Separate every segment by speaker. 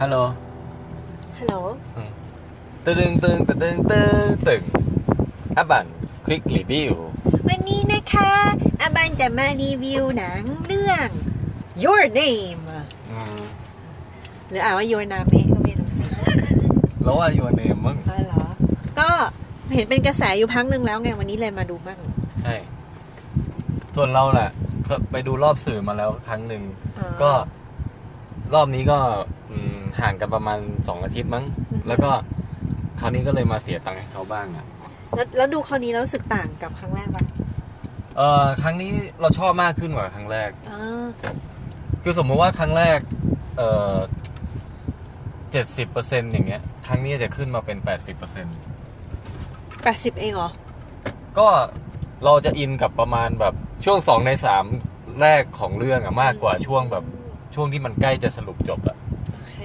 Speaker 1: ฮัลโหล
Speaker 2: ฮัลโหล
Speaker 1: ตึงตึงตึงตึงตึงตึงอับันคลิกรีวิว
Speaker 2: วันนี้นะคะอาบันจะมารีวิวหนังเรื่อง Your Name หรืออ่านว่า Your Name ก็ไม่รู้สิ
Speaker 1: แล้วว่าอยู่ในมึง
Speaker 2: เออเหรอ ก็เห็นเป็นกระแสอยู่พักหนึ่งแล้วไง วันนี้เลยมาดูบ้าง
Speaker 1: ใช่ส่วนเราแหละก็ไปดูรอบสื่อมาแล้วครั้งหนึ่ง ก็รอบนี้ก็อืมห่างกันประมาณสองอาทิตย์มั้ง แล้วก็คราวนี้ก็เลยมาเสียตังค์ให้เขาบ้างอ่ะ
Speaker 2: แล้วแล้วดูคราวนี้แล้วรู้สึกต่างกับครั้งแรกปะ
Speaker 1: เอ่อครั้งนี้เราชอบมากขึ้นกว่าครั้งแรก
Speaker 2: อ่า
Speaker 1: คือสมมุติว่าครั้งแรก เอ่อเจ็ดสิบเปอร์เซ็นอย่างเงี้ย ครั้งนี้จะขึ้นมาเป็นแปดสิบเปอร์เซ็น
Speaker 2: แปดสิบเองเหรอ
Speaker 1: ก็เราจะอินกับประมาณแบบช่วงสองในสามแรกของเรื่องอะมากกว่าช่วงแบบช่วงที่มันใกล้จะสรุปจบอะ
Speaker 2: โอเค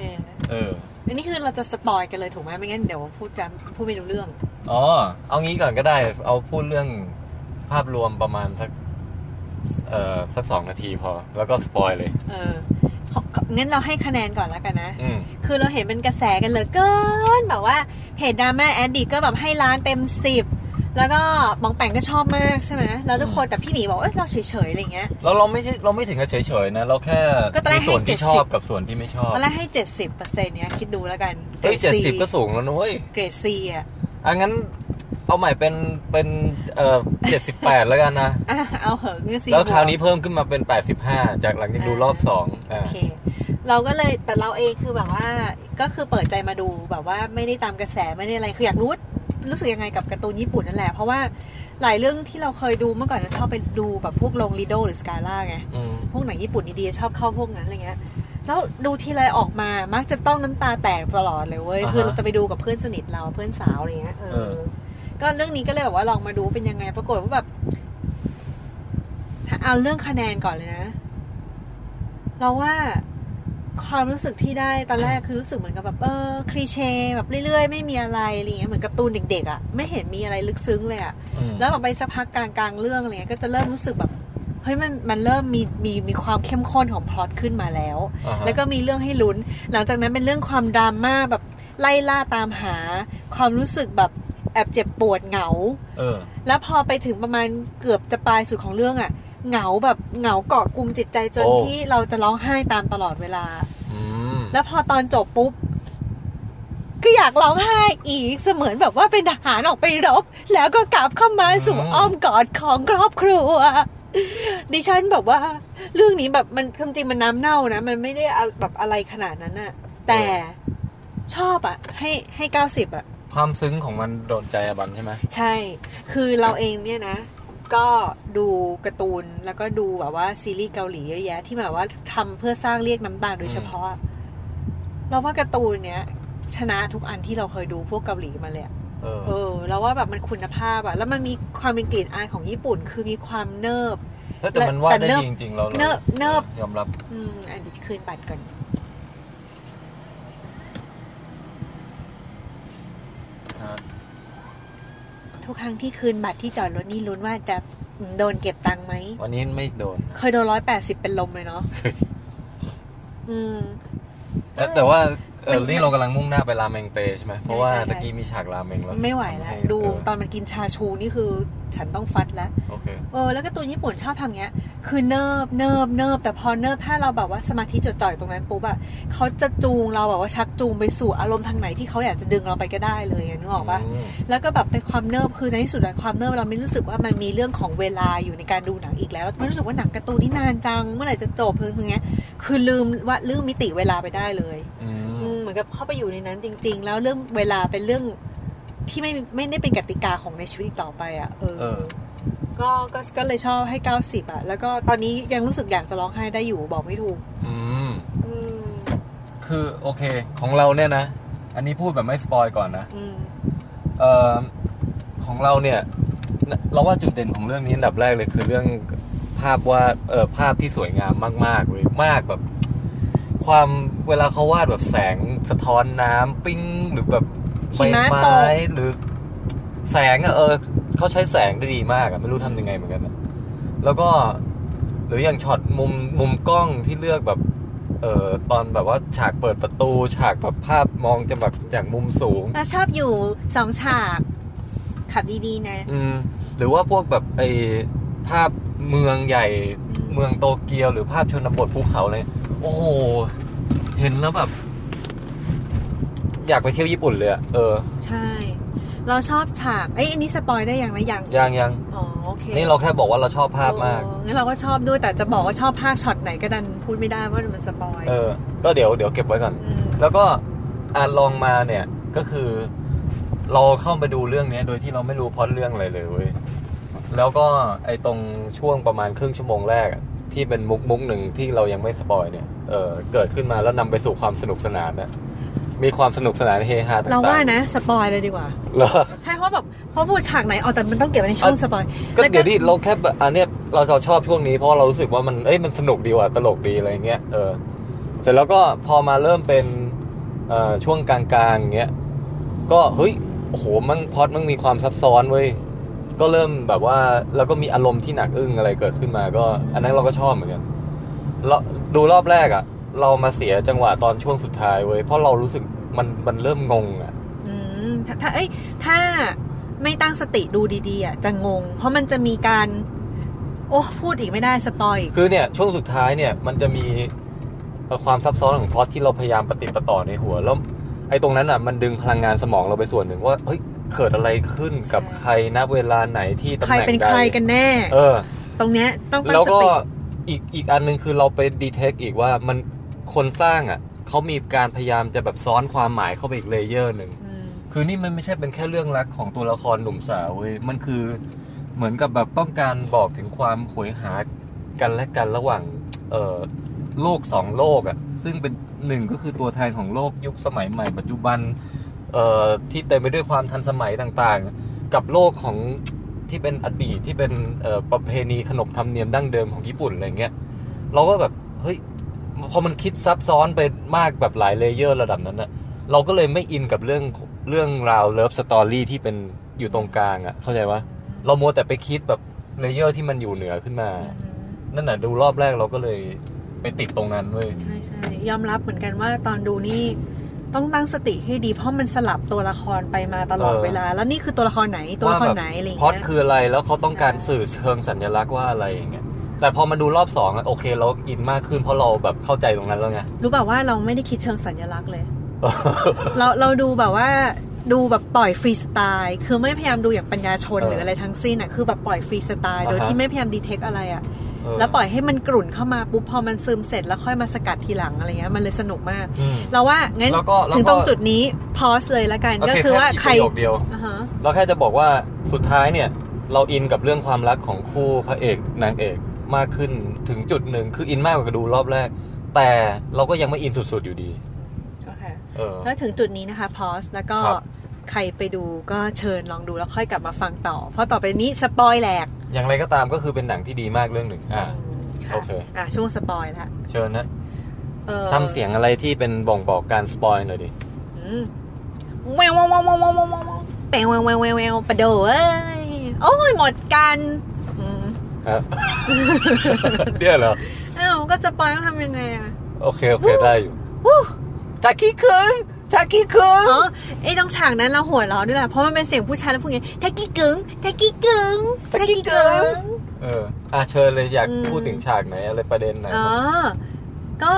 Speaker 1: เออ
Speaker 2: อันนี้คือเราจะสปอยกันเลยถูกไหมไม่งั้นเดี๋ยวพูดจำพูดไม่รู้เรื่อง
Speaker 1: อ๋อ เอางี้ก่อนก็ได้ เอาพูดเรื่องภาพรวมประมาณสัก เอ่อ สักสองนาทีพอ แล้วก็สปอยเลย
Speaker 2: เออขอของั้นเราให้คะแนนก่อนแล้วกันนะ
Speaker 1: อืม
Speaker 2: คือเราเห็นเป็นกระแสกันเหลยเกินแบบว่าเพจดราม่าแอดดิกก็แบบให้ร้านเต็มสิบแล้วก็บองแปงก็ชอบมากใช่ไหมแล้วทุกคนแต่พี่หมีบอกเอ้ยเราเฉยๆอะไรอย่างเงี้ย
Speaker 1: แล้วเราไม่ใช่เราไม่ถึงกับเฉยๆนะ เราแค่
Speaker 2: ก็ตอนแร
Speaker 1: มี
Speaker 2: กให้
Speaker 1: ส่วนที่
Speaker 2: 70
Speaker 1: ชอบกับส่วนที่ไม่ชอบ
Speaker 2: ตอนแรกให้เจ็ดสิบเปอร์เซ็นต์เนี้ยคิดดูแล้วกัน
Speaker 1: เอ้ยเจ็ดสิบก็
Speaker 2: ซี
Speaker 1: สูงแล้วนะเว้ย
Speaker 2: เกรดซีอ่ะ
Speaker 1: อังั้น เอาใหม่เป็นเป็นเอ่อเจ็ดสิบแปดแล้วกันนะ
Speaker 2: อ่ะเอาเหอะเงือซี
Speaker 1: แล้วคราวนี้เพิ่มขึ้นมาเป็นแปดสิบห้าจากหลังจากดูรอบสองอ่า
Speaker 2: โอเค เราก็เลยแต่เราเองคือแบบว่าก็คือเปิดใจมาดูแบบว่าไม่ได้ตามกระแสไม่ได้อะไรคืออยากรู้รู้สึกยังไงกับการ์ตูนญี่ปุ่นนั่นแหละ เพราะว่าหลายเรื่องที่เราเคยดูเมื่อก่อนจะชอบไปดูแบบพวกลงลีโดหรือสกาล่าไง
Speaker 1: อืม
Speaker 2: พวกหนังญี่ปุ่นดีๆชอบเข้าพวกนั้นอะไรเงี้ย แล้วดูทีไรออกมา มักจะต้องน้ำตาแตกตลอดเลยเว้ย คือเราจะไปดูกับเพื่อนสนิทเราเพื่อนสาวอะไรเงี้ย เออ ก็เรื่องนี้ก็เลยแบบว่าลองมาดูเป็นยังไง ปรากฏว่าแบบ เอาเรื่องคะแนนก่อนเลยนะ เราว่าความรู้สึกที่ได้ตอนแรกคือรู้สึกเหมือนกับแบบเออคลีเช่แบบเรื่อยๆ ไม่มีอะไรอะไรเงี้ย เหมือนกับตูนเด็กๆอะ่ะ ไม่เห็นมีอะไรลึกซึ้งเลยอ่ะ
Speaker 1: อืม
Speaker 2: แล้วแบบไปสักพักกลางกลางๆเรื่องอะไรเงี้ยก็จะเริ่มรู้สึกแบบเฮ้ยมันมันเริ่มมีมีมีความเข้มข้นของพล็อตขึ้นมาแล้ว
Speaker 1: อ่าฮะ
Speaker 2: แล้วก็มีเรื่องให้ลุ้น หลังจากนั้นเป็นเรื่องความดราม่าแบบไล่ล่าตามหา ความรู้สึกแบบแอบเจ็บปวดเหงา
Speaker 1: เออ
Speaker 2: แล้วพอไปถึงประมาณเกือบจะปลายสุดของเรื่องอะ่ะเหงาแบบเหงาเกาะกลุ่มจิตใจจน
Speaker 1: โอ้
Speaker 2: ที่เราจะร้องไห้ตามตลอดเวลา
Speaker 1: อืม
Speaker 2: แล้วพอตอนจบปุ๊บก็อยากร้องไห้อีกเสมือนแบบว่าเป็นทหารออกไปรบ แล้วก็กลับเข้ามาสู่อ้อมกอดของครอบครัว ดิฉันแบบว่า เรื่องนี้แบบมันความจริงมันน้ำเน่านะมันไม่ได้เอาแบบอะไรขนาดนั้นอะแต่ชอบอะให้ให้เก้าสิบอะ
Speaker 1: ความซึ้งของมันโดนใจอบันใช่ไหม
Speaker 2: ใช่ คือเราเองเนี่ยนะ ก็ดูการ์ตูนแล้วก็ดูแบบว่าซีรีส์เกาหลีเยอะแยะที่แบบว่าทำเพื่อสร้างเรียกน้ำตาโดยเฉพาะ เราว่าการ์ตูนเนี้ยชนะทุกอันที่เราเคยดูพวกเกาหลีมาเลยอะ
Speaker 1: เออ
Speaker 2: เออ เราว่าแบบมันคุณภาพอะแล้วมันมีความเป็นกลิ่นอายของญี่ปุ่น คือมีความเนิบ
Speaker 1: เฮ้ยแต่มันวาดได้
Speaker 2: แต่เนิบ
Speaker 1: ดีจริงๆเรา
Speaker 2: เนิบเนิบ
Speaker 1: ยอมรับ
Speaker 2: อืมอันนี้คืนบัตรก่อน
Speaker 1: ฮะ
Speaker 2: ทุกครั้งที่คืนบัตรที่จอดรถนี่ลุ้นว่าจะโดนเก็บตังค์ไหม
Speaker 1: วันนี้ไม่โดน
Speaker 2: เคยโดนร้อยแปดสิบเป็นลมเล ยเนาะ อืม
Speaker 1: แต่แต่ว่าเออ
Speaker 2: มัน
Speaker 1: นี่เรากำลังมุ่งหน้าไปราเมงเตใช่ไหมเพราะว่า
Speaker 2: ใช่ใช่
Speaker 1: ตะกี้มีฉากราเมงแล้ว
Speaker 2: ไม่ไหวแล้ว
Speaker 1: ทำให้
Speaker 2: ดู
Speaker 1: เออ
Speaker 2: ตอนมันกินชาชูนี่คือฉันต้องฟัดแล้ว
Speaker 1: โอเค
Speaker 2: เออ แล้วการ์ตูนญี่ปุ่นชอบทำเงี้ย คือเนิบเนิบเนิบแต่พอเนิบถ้าเราแบบว่าสมาธิจดจ่อยตรงนั้นปุ๊บอะเขาจะจูงเราแบบว่าชักจูงไปสู่อารมณ์ทางไหนที่เขาอยากจะดึงเราไปก็ได้เลยไงนึกออกปะ
Speaker 1: อืม
Speaker 2: แล้วก็แบบเป็นความเนิบคือในที่สุดอะความเนิบเราไม่รู้สึกว่ามันมีเรื่องของเวลาอยู่ในการดูหนังอีกแล้วไม่รู้สึกว่าหนังการ์ตูนนี่นานจัง เมื่อไหร่จะจบคือคือเงี้ย คือลืมว่าเรื่องมิติเวลาไปได้เลย
Speaker 1: อื
Speaker 2: อื
Speaker 1: ม
Speaker 2: มเหมือนกับเข้าไปอยู่ในนั้นจริง ๆ แล้วเรื่องเวลาเป็นเรื่องที่ไม่ไม่ได้เป็นกติกาของในชีวิตอีกต่อไปอ่ะเออ
Speaker 1: เออ
Speaker 2: ก็ก็ก็เลยชอบให้ 90อ่ะแล้วก็ตอนนี้ยังรู้สึกอยากจะร้องไห้ได้อยู่บอกไม่ถูก
Speaker 1: อืม
Speaker 2: อืม
Speaker 1: คือโอเค ของเราเนี่ยนะ อันนี้พูดแบบไม่สปอยก่อนนะ
Speaker 2: อืม
Speaker 1: เอ่อของเราเนี่ย เราว่าจุดเด่นของเรื่องนี้อันดับแรกเลยคือเรื่องภาพวาดเอ่อภาพที่สวยงามมากๆเลยมากแบบ ความเวลาเขาวาดแบบแสงสะท้อนน้ำปิ้งหรือแบบใบ
Speaker 2: หิมะต
Speaker 1: ไม้
Speaker 2: ก
Speaker 1: หรือแสงอะเออเขาใช้แสงได้ดีมากอะไม่รู้ทำยังไงเหมือนกันอะแล้วก็ หรืออย่างช็อตมุมมุมกล้องที่เลือกแบบ เอ่อตอนแบบว่าฉากเปิดประตู ฉากแบบภาพมองจะแบบจากมุมสูง
Speaker 2: เราชอบอยู่สองฉาก ขับดีๆนะ
Speaker 1: อืมหรือว่าพวกแบบไอภาพเมืองใหญ่เมืองโตเกียว หรือภาพชนบทภูเขาเลยโอ้โห เห็นแล้วแบบ อยากไปเที่ยวญี่ปุ่นเลยอะเออ
Speaker 2: ใช่ เราชอบฉาก เอ้ยอันนี้สปอยได้ยังนะยัง
Speaker 1: ยังยัง
Speaker 2: อ๋อโอเค
Speaker 1: นี่เราแค่บอกว่าเราชอบภาพมาก
Speaker 2: โอ้งั้นเราก็ชอบด้วยแต่จะบอกว่าชอบภาคช็อตไหนก็ดันพูดไม่ได้ว่ามันสปอย
Speaker 1: เออ ก็เดี๋ยวเดี๋ยวเก็บไว้ก่อน
Speaker 2: ม
Speaker 1: แล้วก็อ่านลองมาเนี่ยก็คือ เราเข้าไปดูเรื่องเนี้ย โดยที่เราไม่รู้พล็อดเรื่องอะไรเลยเว้ยแล้วก็ไอตรงช่วงประมาณครึ่งชั่วโมงแรกอะที่เป็นมุกมุกหนึ่งที่เรายังไม่สปอยเนี่ยเออเกิดขึ้นมาแล้วนำไปสู่ความสนุกสนานนะมีความสนุกสนานเฮฮาต่างๆ
Speaker 2: เราว่านะสปอยเลยดีกว่า
Speaker 1: เหรอ
Speaker 2: ใช่เพราะแบบเพราะพูดฉากไหนเอาแต่มันต้องเก็บไว้ในช่อง
Speaker 1: อ่ะ
Speaker 2: สปอย
Speaker 1: ก็
Speaker 2: แล้ว
Speaker 1: เดี๋ยวดิเราแค่แบบอันเนี้ยเราจะชอบช่วงนี้เพราะเรารู้สึกว่ามันเอ้ยมันสนุกดีว่ะตลกดีอะไรเงี้ยเออเสร็จแล้วก็พอมาเริ่มเป็นเอ่อช่วงกลางๆอย่างเงี้ยก็เฮ้ยโอ้โหมันพล็อดมันมีความซับซ้อนเว้ยก็เริ่มแบบว่าแล้วก็มีอารมณ์ที่หนักอึ้งอะไรเกิดขึ้นมา ก็ อันนั้นเราก็ชอบเหมือนกันเราดูรอบแรกอะ่ะ เรามาเสียจังหวะตอนช่วงสุดท้ายเว้ยเพราะเรารู้สึกมันมันเริ่มงงอะ่ะ
Speaker 2: อืมถ้าถ้าเอ้ยถ้าไม่ตั้งสติดูดีๆอ่ะจะงง เพราะมันจะมีการ โอ้พูดอีกไม่ได้สปอยอีก
Speaker 1: คือเนี่ยช่วงสุดท้ายเนี่ยมันจะมีเอ่อความซับซ้อนของพล็อตที่เราพยายามปฏิดประต่อในหัว แล้วไอ้ตรงนั้นอ่ะมันดึงพลังงานสมองเราไปส่วนหนึ่งว่าเฮ้ยเกิดอะไรขึ้นกับใครนะเวลาไหนที่ตำ
Speaker 2: ใคร
Speaker 1: แหน่ง
Speaker 2: เป็น
Speaker 1: ใด
Speaker 2: ใครกันแน่
Speaker 1: เออ
Speaker 2: ตรงเนี้ยต้องตั้
Speaker 1: แล้
Speaker 2: ง
Speaker 1: ว
Speaker 2: ส
Speaker 1: ก็
Speaker 2: ติ
Speaker 1: อีกอีกอันหนึ่งคือเราไปดีเทคอีกว่ามันคนสร้างอ่ะเขามีการพยายามจะแบบซ้อนความหมายเข้าไปอีกเลเยอร์หนึ่ง
Speaker 2: อืม
Speaker 1: คือนี่มันไม่ใช่เป็นแค่เรื่องรักของตัวละครหนุ่มสาวเว้ย มันคือเหมือนกับแบบต้องการบอกถึงความโหยหากันและกันระหว่าง เอ่อโลกสองโลกอะ่ะ ซึ่งเป็นหนึ่งก็คือตัวแทนของโลกยุคสมัยใหม่ปัจจุบัน เอ่อที่เต็มไปด้วยความทันสมัยต่างๆ กับโลกของที่เป็นอดีตที่เป็นเอ่อประเพณีขนบธรรมเนียมดั้งเดิมของญี่ปุ่นอะไรเงี้ย เราก็แบบเฮ้ยพอมันคิดซับซ้อนไปมากแบบหลายเลเยอร์ระดับนั้นอะ เราก็เลยไม่อินกับเรื่องเรื่องราวเลิฟสตอรี่ที่เป็นอยู่ตรงกลางอะ่ะ เข้าใจปะเรามัวแต่ไปคิดแบบเลเยอร์ที่มันอยู่เหนือขึ้นมา นั่นน่ะดูรอบแรกเราก็เลยไปติดตรงนั้นเว้ย
Speaker 2: ใช่ใช่ยอมรับเหมือนกันว่าตอนดูนี่ต้องตั้งสติให้ดีเพราะมันสลับตัวละครไปมาตลอดเวลา แล้วนี่คือตัวละครไหนตัวละครไหนอะไรอย่าง
Speaker 1: พล็อต
Speaker 2: เงี้ย
Speaker 1: คืออะไรแล้วเขาต้องการสื่อเชิงสัญลักษณ์ว่าอะไรอย่างเงี้ยแต่พอมาดูรอบสองอะโอเค เราอินมากขึ้นเพราะเราแบบเข้าใจตรงนั้นแล้วไง
Speaker 2: รู้แบบว่าเราไม่ได้คิดเชิงสัญลักษณ์เลย เราเราดูแบบว่าดูแบบปล่อยฟรีสไตล์คือไม่พยายามดูอย่างปัญญาชน
Speaker 1: เออ
Speaker 2: หรืออะไรทั้งสิ้นอ่ะคือแบบปล่อยฟรีสไตล์โดย
Speaker 1: อ่าฮะ
Speaker 2: ที่ไม่พยายามดีเทคอะไรอ่ะ
Speaker 1: เออ
Speaker 2: แล้วปล่อยให้มันกลุ่นเข้ามาปุ๊บพอมันซึมเสร็จแล้วค่อยมาสกัดทีหลังอะไรเงี้ยมันเลยสนุกมาก
Speaker 1: อืม
Speaker 2: เราว่างั้น
Speaker 1: แล้วก็แล้วก็
Speaker 2: ถึงตรงจุดนี้พอสเลยละกัน
Speaker 1: โเ
Speaker 2: ก็คือว่าใคร
Speaker 1: แประโยคเดียว
Speaker 2: อ่าฮะ
Speaker 1: เราแค่จะบอกว่าสุดท้ายเนี่ย เราอินกับเรื่องความรักของคู่พระเอกนางเอกมากขึ้นถึงจุดหนึ่งคืออินมากกว่าดูรอบแรก แต่เราก็ยังไม่อินสุดๆอยู่ดี
Speaker 2: โอเค
Speaker 1: เออ
Speaker 2: แล้วถึงจุดนี้นะคะพอสแล้วก็
Speaker 1: ครับ
Speaker 2: ใครไปดูก็เชิญลองดูแล้วค่อยกลับมาฟังต่อ เพราะต่อไปนี้สปอยแหลก
Speaker 1: อย่างไรก็ตามก็คือเป็นหนังที่ดีมากเรื่องหนึ่งอ่า
Speaker 2: ะ
Speaker 1: โอเค
Speaker 2: อ่ะช่วงสปอยละ
Speaker 1: เชิญนะ
Speaker 2: ออ
Speaker 1: ทำเสียงอะไรที่เป็นบ่งบอกการสปอยหน่อยดิ
Speaker 2: อืมแววแววแววแววแววแววแววแปงแววแววแววแววปะโดเอ้ยโอ้ยหมดกันอืม
Speaker 1: ฮะ เดี๋ยวเหรอ
Speaker 2: อ้าวก็สปอยต้องทำยังไงอ่ะ
Speaker 1: โอเค โอเค ได้อยู่
Speaker 2: วู้
Speaker 1: ทาคิคืนทาคิคืน
Speaker 2: อ๋อไอ้ต้องฉากนั้นเราหัวเราะด้วยแหละเพราะมันเป็นเสียงผู้ชายแล้วพูดไงแทกกี้กึ๋งแทกกี้กึ๋งแทกกี้กึ๋ง
Speaker 1: เอออ่ะเชิญเลยอยาก
Speaker 2: อืม
Speaker 1: พูดถึงฉากไหนอะไรประเด็นไหน
Speaker 2: อ๋อ ก็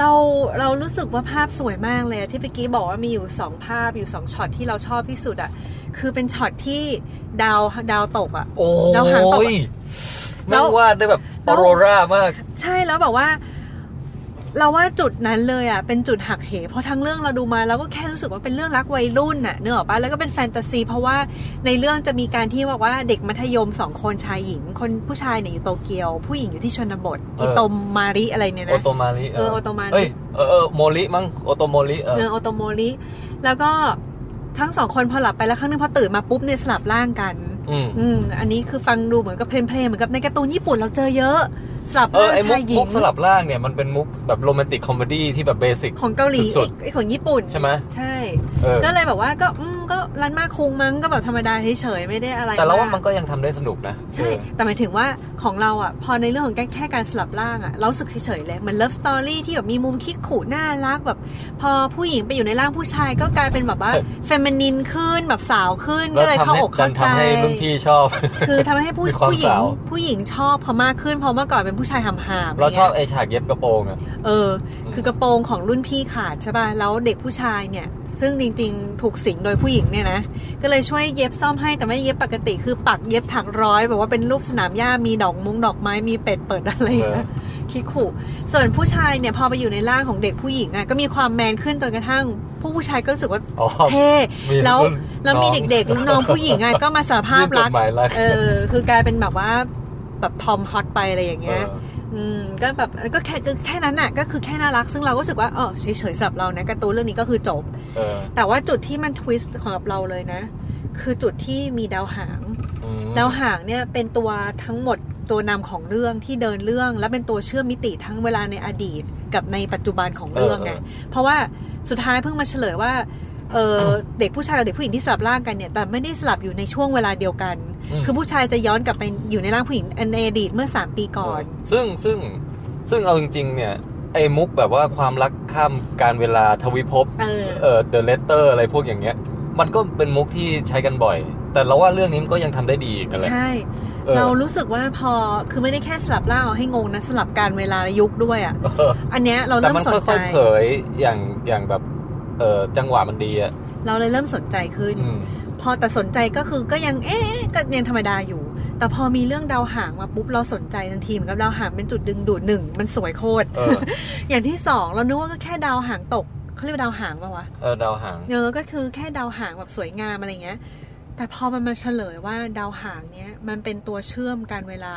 Speaker 2: เราเรารู้สึกว่าภาพสวยมากเลยอะที่เมื่อกี้บอกว่ามีอยู่สองภาพอยู่สองช็อตที่เราชอบที่สุดอะคือเป็นช็อตที่ดาวดาวตกอะ
Speaker 1: โอ้
Speaker 2: แล้วหางตก
Speaker 1: ย
Speaker 2: อะแล้
Speaker 1: แม่
Speaker 2: ว
Speaker 1: งวาดได้แบบออโรรามาก
Speaker 2: ใช่แล้วแบบว่า เราว่าจุดนั้นเลยอะเป็นจุดหักเห เพราะทั้งเรื่องเราดูมาเราก็แค่รู้สึกว่าเป็นเรื่องรักวัยรุ่นน่ะเนื้อออกปะแล้วก็เป็นแฟนตาซี เพราะว่าในเรื่องจะมีการที่บอกว่าเด็กมัธยมสองคนชายหญิง คนผู้ชายเนี่ยอยู่โตเกียว ผู้หญิงอยู่ที่ชนบท
Speaker 1: เอออี
Speaker 2: อีโตมมาริอะไรเนี่ย
Speaker 1: โอ
Speaker 2: นะ
Speaker 1: โตมาริ
Speaker 2: เออโอโตมาริ
Speaker 1: เอ้ยเออเออโมริมั้งโอโตโมริเอ
Speaker 2: เออ
Speaker 1: อ
Speaker 2: โอโตโมริแล้วก็ทั้งสองคนพอหลับไปแล้วครั้งหนึงพอตื่นมาปุ๊บเนี่ยสลับร่างกัน
Speaker 1: อืม
Speaker 2: อืมอันนี้คือฟังดูเหมือนกับเพลนเพลนเหมือนกับในการ์ตูนญี่ปุ่นเราเจอเยอะ สลับ
Speaker 1: เออ
Speaker 2: ร่าง
Speaker 1: ไอ้มุ
Speaker 2: ชาก ยหญิ
Speaker 1: มุ
Speaker 2: ง
Speaker 1: กสลับร่างเนี่ยมันเป็นมุกแบบโรแมนติกคอมเมดี้ที่แบบเบสิก
Speaker 2: ของเกาหลี
Speaker 1: สุด
Speaker 2: ไอ้ของญี่ปุ่น
Speaker 1: ใช่ไหม
Speaker 2: ใช่
Speaker 1: เออ
Speaker 2: ก็เลยแบบว่าก็อืมก็รันมากคุงมั้งก็แบบธรรมดาเฉยๆไม่ได้อะไร
Speaker 1: แต่เราว่ามัน
Speaker 2: ก
Speaker 1: ก็ยังทำได้สนุกนะ
Speaker 2: ใช่ แต่หมายถึงว่าของเราอ่ะ พอในเรื่องของแค่แค่การสลับร่างอ่ะ เรารู้สึกเฉยๆเลยเหมือนเลิฟสตอรี่ที่แบบมีมุมคิดขู่น่ารักแบบ พอผู้หญิงไปอยู่ในร่างผู้ชายก็กลายเป็นแบบว่าเฟมินินขึ้นแบบสาวขึ้น
Speaker 1: เออแล้ว
Speaker 2: ก็เลย
Speaker 1: ทำ
Speaker 2: เข้า
Speaker 1: ให้
Speaker 2: อก
Speaker 1: ดั
Speaker 2: เข้าน
Speaker 1: ทำ
Speaker 2: ใจ
Speaker 1: ให้รุ่นพี่ชอบ
Speaker 2: คือทำให้ผู้
Speaker 1: มีความ
Speaker 2: ผู้หญิง
Speaker 1: สาว
Speaker 2: ผู้หญิงชอบเขามากขึ้นเพราะเมื่อก่อนเป็นผู้ชายหำหาม
Speaker 1: เราชอบไอ้ฉากเย็บกระโปรงอะ
Speaker 2: เออ คือกระโปรงของรุ่นพี่ขาดใช่ป่ะแล้วเด็กผู้ชายเนี่ย ซึ่งจริงๆ ถูกสิงโดยผู้หญิงเนี่ยนะก็เลยช่วยเย็บซ่อมให้แต่ไม่ได้เย็บปกติคือปักเย็บถักร้อยแบบว่าเป็นรูปสนามหญ้ามีดอกมุงดอกไม้มีเป็ดเปิดอะไรอย่างเงี้ย
Speaker 1: เอ
Speaker 2: คิดขู่ส่วนผู้ชายเนี่ยพอไปอยู่ในร่างของเด็กผู้หญิงอะก็มีความแมนขึ้นจนกระทั่ง ผู้ผู้ชายก็รู้สึกว่า
Speaker 1: อ๋อ
Speaker 2: เท่
Speaker 1: มี
Speaker 2: แล้ว
Speaker 1: รุ่น
Speaker 2: แล้วมี
Speaker 1: น้อง
Speaker 2: เด็กๆรุ่นน้องผู้หญิงอะก็มาสารภาพ
Speaker 1: จ
Speaker 2: รั
Speaker 1: ด
Speaker 2: ก
Speaker 1: หมายรัก
Speaker 2: เออ คือกลายเป็นแบบว่าแบบทอมฮอตไปอะไรอย่าง
Speaker 1: เอ
Speaker 2: เงี้ย
Speaker 1: อ
Speaker 2: อืม ก็แบบก็แค่ก็แค่นั้นน่ะ ก็คือแค่น่ารัก ซึ่งเราก็รู้สึกว่าเออเฉยๆสำหรับเรานะการ์ตูนเรื่องนี้ก็คือจบ
Speaker 1: เออ
Speaker 2: แต่ว่าจุดที่มันทวิสต์ของเราเลยนะ คือจุดที่มีดาวหาง
Speaker 1: อืม
Speaker 2: ดาวหางเนี่ยเป็นตัวทั้งหมดตัวนำของเรื่องที่เดินเรื่อง และเป็นตัวเชื่อมมิติทั้งเวลาในอดีต กับในปัจจุบันของเรื่องไง
Speaker 1: เออ
Speaker 2: เพราะว่าสุดท้ายเพิ่งมาเฉลยว่าเออเด็กผู้ชายกับเด็กผู้หญิงที่สลับร่างกันเนี่ยแต่ไม่ได้สลับอยู่ในช่วงเวลาเดียวกัน
Speaker 1: ม
Speaker 2: คือผู้ชายจะย้อนกลับไปอยู่ในร่างผู้หญิงในอดีตเมื่อ 3 ปีก่อน
Speaker 1: เซึ่งซึ่งซึ่งเอาจริง ๆ เนี่ย ไอ้มุกแบบว่าความรักข้ามการเวลาทวิภพ
Speaker 2: เออ
Speaker 1: เออ The Letter อะไรพวกอย่างเงี้ย มันก็เป็นมุกที่ใช้กันบ่อย แต่เราว่าเรื่องนี้มันก็ยังทำได้ดีอีกนั่นแหละ
Speaker 2: ใช่
Speaker 1: ออ
Speaker 2: เรารู้สึกว่าพอคือไม่ได้แค่สลับร่างเอาให้งงนะสลับการเวลาและยุคด้วยอ่ะ
Speaker 1: เออ
Speaker 2: อันเนี้ยเรา
Speaker 1: แต่
Speaker 2: เริ่ม
Speaker 1: มัน
Speaker 2: สนใจ
Speaker 1: ค่อยๆเผยอย่างอย่างแบบ เออจังหวะมันดีอ่ะ
Speaker 2: เราเลยเริ่มสนใจขึ้น
Speaker 1: อืม
Speaker 2: พอแต่สนใจก็คือก็ยังเอ๊ะก็ยังธรรมดาอยู่ แต่พอมีเรื่องดาวหางมาปุ๊บเราสนใจทันทีเหมือนกับดาวหางเป็นจุดดึงดูดหนึ่งมันสวยโคตร
Speaker 1: เออ
Speaker 2: อย่างที่สองเรานึกว่าก็แค่ดาวหางตกเขาเรียกว่าดาวหางปะวะ
Speaker 1: เออดาวหาง
Speaker 2: เนอก็คือแค่ดาวหางแบบสวยงามอะไรเงี้ย แต่พอมันมาเฉลยว่าดาวหางเนี้ยมันเป็นตัวเชื่อมการเวลา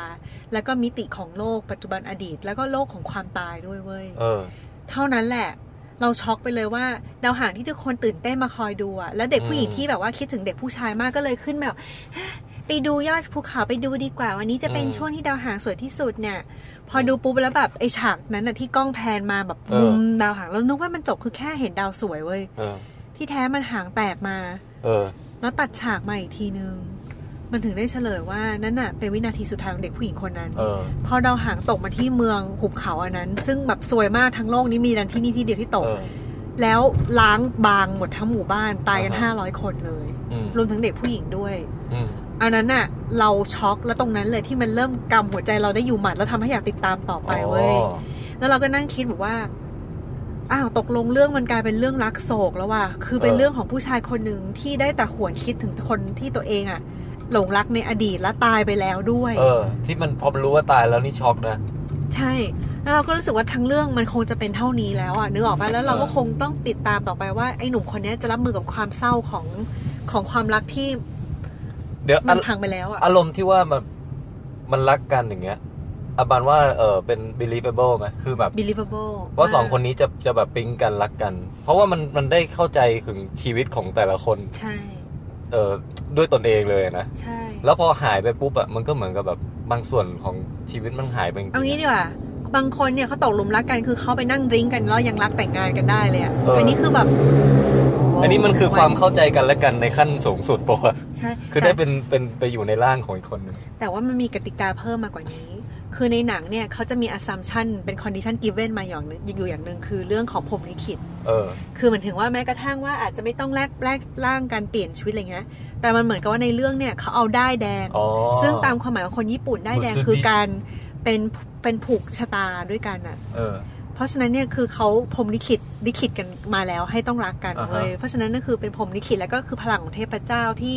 Speaker 2: แล้วก็มิติของโลกปัจจุบันอดีต แล้วก็โลกของความตายด้วยเว้ย
Speaker 1: เออ
Speaker 2: เท่านั้นแหละ เราช็อกไปเลยว่า ดาวหางที่ทุกคนตื่นเต้นมาคอยดูอะแล้วเด็กผู้หญิง
Speaker 1: อืม
Speaker 2: ที่แบบว่าคิดถึงเด็กผู้ชายมากก็เลยขึ้นแบบ ไปดูยอดภูเขาไปดูดีกว่า วันนี้จะเป็น
Speaker 1: อืม
Speaker 2: ช่วงที่ดาวหางสวยที่สุดเนี่ย พอดูปุ๊บแล้วแบบไอฉากนั้นอะที่กล้องแพนมาแบบ
Speaker 1: เออ
Speaker 2: มุมดาวหางแล้วนึกว่ามันจบคือแค่เห็นดาวสวยเว้ย
Speaker 1: เออ
Speaker 2: ที่แท้มันหางแตกมา
Speaker 1: เออ
Speaker 2: แล้วตัดฉากมาอีกทีนึง มันถึงได้เฉลยว่านั่นน่ะเป็นวินาทีสุดท้ายของเด็กผู้หญิงคนนั้น
Speaker 1: เออ
Speaker 2: พอดาวหางตกมาที่เมืองหุบเขาอันนั้น ซึ่งแบบสวยมากทั้งโลกนี้มีดันที่นี่ที่เดียวที่ตก
Speaker 1: เออ
Speaker 2: แล้วล้างบางหมดทั้งหมู่บ้านตายกัน
Speaker 1: อ่าฮะ
Speaker 2: 500 คนเลย
Speaker 1: อืม
Speaker 2: รวมทั้งเด็กผู้หญิงด้วย
Speaker 1: อืม
Speaker 2: อันนั้นน่ะ เราช็อกแล้วตรงนั้นเลยที่มันเริ่มกำหัวใจเราได้อยู่หมัดแล้วทำให้อยากติดตามต่อไปเว้ย
Speaker 1: อ๋อ
Speaker 2: แล้วเราก็นั่งคิดแบบว่า อ้าวตกลงเรื่องมันกลายเป็นเรื่องรักโศกแล้วว่ะ คือเป็นเรื่องของผู้ชายคนหนึ่งที่ได้แต่หวนคิดถึงคนที่ตัวเองอะหลงรักในอดีตและตายไปแล้วด้วย
Speaker 1: เออ ที่มันพอมันรู้ว่าตายแล้วนี่ช็อกนะ
Speaker 2: ใช่ แล้วเราก็รู้สึกว่าทั้งเรื่องมันคงจะเป็นเท่านี้แล้วอ่ะนึกออกปะแล้วเราก็
Speaker 1: เออ
Speaker 2: คงต้องติดตามต่อไปว่าไอ้หนุ่มคนเนี้ยจะรับมือกับความเศร้าของของความรักที่
Speaker 1: เดี๋ยว
Speaker 2: มั
Speaker 1: อาน ร
Speaker 2: พังไปแล้วอ่ะ
Speaker 1: อารมณ์ที่ว่ามันมันรักกันอย่างเงี้ยอาบานว่าเออเป็น believable ไหมคือแบบ
Speaker 2: believable
Speaker 1: ว่าสองคนนี้จะจะแบบปิ๊งกันรักกัน เพราะว่ามันมันได้เข้าใจถึงชีวิตของแต่ละคน
Speaker 2: ใช่
Speaker 1: เออด้วยตนเองเลยนะ
Speaker 2: ใช่
Speaker 1: แล้วพอหายไปปุ๊บอะมันก็เหมือนกับแบบบางส่วนของชีวิตมันหายไปจริงๆ
Speaker 2: เอางี้ดีกว่า บางคนเนี่ยเขาตกหลุมรักกันคือเขาไปนั่งดริ้งกันแล้วยังรักแต่งงานกันได้เลยอ่ะอันนี้คือแบบ
Speaker 1: อันนี้มันคือความเข้าใจกันและกันในขั้นสูงสุดปะวะ
Speaker 2: ใช่
Speaker 1: คือ
Speaker 2: แต่
Speaker 1: ได้เป็นเป็นไปอยู่ในร่างของอีกคนหนึง
Speaker 2: แต่ว่ามันมีกติกาเพิ่มมากกว่านี้ คือในหนังเนี่ยเขาจะมี assumption เป็น condition given มาอย่างหนึงอยู่อย่างหนึ่งคือเรื่องของพรหมลิขิต
Speaker 1: เออ
Speaker 2: คือเหมือนถึงว่าแม้กระทั่งว่าอาจจะไม่ต้องแลกแลกร่างการเปลี่ยนชีวิตอะไรเงี้ย แต่มันเหมือนกับว่าในเรื่องเนี่ยเขาเอาได้ายแดง
Speaker 1: อ๋อ
Speaker 2: ซึ่งตามความหมายของคนญี่ปุ่นได้ายแดง
Speaker 1: Musubi
Speaker 2: คือการเป็นเป็นผูกชะตาด้วยกันอ่ะ
Speaker 1: เออ
Speaker 2: เพราะฉะนั้นเนี่ยคือเขาพรหมลิขิตลิขิตกันมาแล้วให้ต้องรักกัน
Speaker 1: อ่าฮะ
Speaker 2: เลยเพราะฉะนั้นนั่นคือเป็นพรหมลิขิตแล้วก็คือพลังของเทพเจ้าที่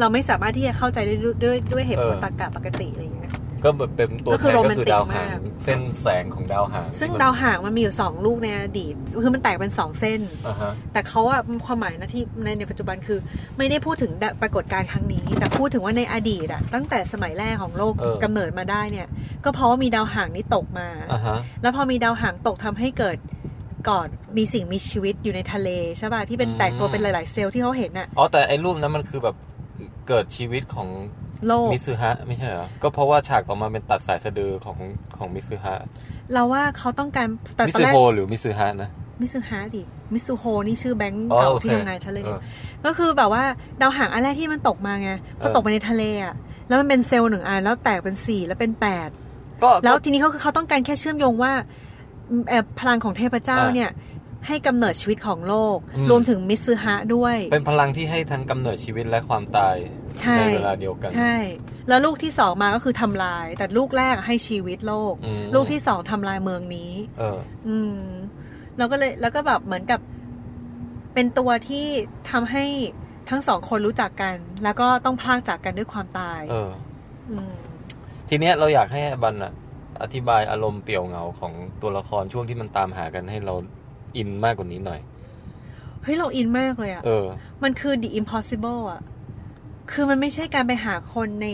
Speaker 2: เราไม่สามารถที่จะเข้าใจได้ด้วยด้วยด้วยเหตุผลตรรกะปกติอะไรเงี้ย
Speaker 1: ก็แบบเป็นตัว
Speaker 2: ก็
Speaker 1: แท
Speaker 2: คือน
Speaker 1: ก็คือ
Speaker 2: romantic
Speaker 1: ดาวหาง
Speaker 2: มาก
Speaker 1: เส้นแสงของดาวหาง
Speaker 2: ซึ่ง
Speaker 1: ที่มัน
Speaker 2: ดาวหางมันมีอยู่สองลูกในอดีตคือมันแตกเป็นสองเส้น
Speaker 1: อ่าฮะ
Speaker 2: แต่เขาอะความหมายนะที่ในในปัจจุบันคือ ไม่ได้พูดถึงปรากฏการณ์ครั้งนี้ แต่พูดถึงว่าในอดีตอะตั้งแต่สมัยแรกของโลก
Speaker 1: เออ
Speaker 2: กำเนิดมาได้เนี่ย ก็เพราะว่ามีดาวหางนี้ตกมา
Speaker 1: อ่าฮะ
Speaker 2: แล้วพอมีดาวหางตกทำให้เกิดก่อนมีสิ่งมีชีวิตอยู่ในทะเลใช่ป่ะที่เป็น
Speaker 1: อืม
Speaker 2: แตกตัวเป็นหลาย ๆ เซลล์ที่เขาเห็นอะ
Speaker 1: อ๋อแต่ไอ้รูปนั้นมันคือแบบเกิดชีวิตของ
Speaker 2: โลก
Speaker 1: มิสซึฮะไม่ใช่เหรอ ก็เพราะว่าฉากต่อมาเป็นตัดสายสะดือของของมิสซึฮะ
Speaker 2: เราว่าเขาต้องการแต่
Speaker 1: มิส
Speaker 2: ตอน
Speaker 1: ซึ
Speaker 2: แรก
Speaker 1: โฮหรือมิสซึฮะนะ
Speaker 2: มิสซูฮาดิมิสซูโฮนี่ชื่อแบงก์
Speaker 1: อ๋อ
Speaker 2: เก่า
Speaker 1: โอเค
Speaker 2: ที่ทำงานฉันเลย
Speaker 1: เออ
Speaker 2: ก็คือแบบว่าดาวหางอันแรกที่มันตกมาไงพอตกไปในทะเลอ่ะแล้วมันเป็นเซลล์หนึ่งอันแล้วแตกเป็นสี่แล้วเป็นแปด
Speaker 1: ก็
Speaker 2: แล้ว
Speaker 1: ก็
Speaker 2: ทีนี้เขาคือเขาต้องการแค่เชื่อมโยงว่าเอ่อพลังของเทพเจ้า
Speaker 1: อ่า
Speaker 2: เนี่ย ให้กำเนิดชีวิตของโลก
Speaker 1: อืม
Speaker 2: รวมถึงมิสซึฮะด้วย
Speaker 1: เป็นพลังที่ให้ทั้งกำเนิดชีวิตและความตาย
Speaker 2: ใช่
Speaker 1: เวลาเดียวกัน
Speaker 2: ใช่ แล้วลูกที่สองมาก็คือทำลาย แต่ลูกแรกให้ชีวิตโลก
Speaker 1: อืม
Speaker 2: ลูกที่สองทำลายเมืองนี้
Speaker 1: เออ
Speaker 2: อืมเราก็เลยแล้วก็แบบเหมือนกับ เป็นตัวที่ทำให้ทั้งสองคนรู้จักกัน แล้วก็ต้องพลากจากกันด้วยความตาย
Speaker 1: เออ
Speaker 2: ม
Speaker 1: ทีเนี้ยเราอยากให้บันอะอธิบายอารมณ์เปลี่ยวเหงาของตัวละครช่วงที่มันตามหากันให้เราอินมากกว่านี้หน่อย
Speaker 2: เฮ้ยเราอินมากเลยอะ
Speaker 1: เออ
Speaker 2: มันคือ the impossible อ่ะ คือมันไม่ใช่การไปหาคนใน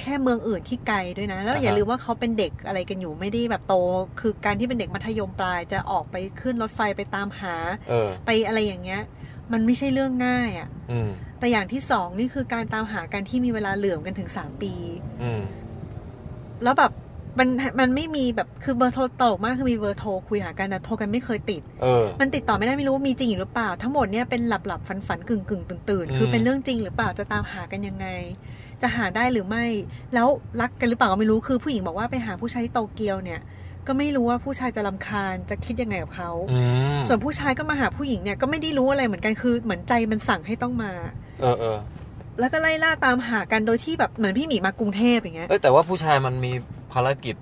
Speaker 2: แค่เมืองอื่นที่ไกลด้วยนะ แล้วอย่า
Speaker 1: อ่าฮะ
Speaker 2: ลืมว่าเขาเป็นเด็กอะไรกันอยู่ไม่ได้แบบโต คือการที่เป็นเด็กมัธยมปลายจะออกไปขึ้นรถไฟไปตามหา
Speaker 1: เออ
Speaker 2: ไปอะไรอย่างเงี้ย มันไม่ใช่เรื่องง่ายอ่ะ
Speaker 1: อืม
Speaker 2: แต่อย่างที่สองนี่คือการตามหากันที่มีเวลาเหลื่อมกันถึงสามปี
Speaker 1: อืม
Speaker 2: แล้วแบบมันมันไม่มีแบบคือเบอร์โทรตลกมากคือมีเบอร์โทรคุยหากันนะโทรกันไม่เคยติด
Speaker 1: เออ
Speaker 2: มันติดต่อไม่ได้ไม่รู้ว่ามีจริงอยู่หรือเปล่า ทั้งหมดเนี่ยเป็นหลับหลับฝันฝันๆกึ่งกึ่งตื่นตื่นๆคือ
Speaker 1: ม
Speaker 2: เป็นเรื่องจริงหรือเปล่าจะตามหากันยังไง จะหาได้หรือไม่ แล้วรักกันหรือเปล่าก็ไม่รู้คือผู้หญิงบอกว่าไปหาผู้ชายที่โตเกียวเนี่ย ก็ไม่รู้ว่าผู้ชายจะลำคาญจะคิดยังไงกับเขา
Speaker 1: อืม
Speaker 2: ส่วนผู้ชายก็มาหาผู้หญิงเนี่ยก็ไม่ได้รู้อะไรเหมือนกันคือเหมือนใจมันสั่งให้ต้องมา
Speaker 1: เออเออ
Speaker 2: แล้วก็ไล่ล่าตามหากันโดยที่แบบเหมือนพี่หมีมากรุงเทพอย่างเงี้ย
Speaker 1: เอ้ยแต่ว่าผู้ชายมันมีภารกิจ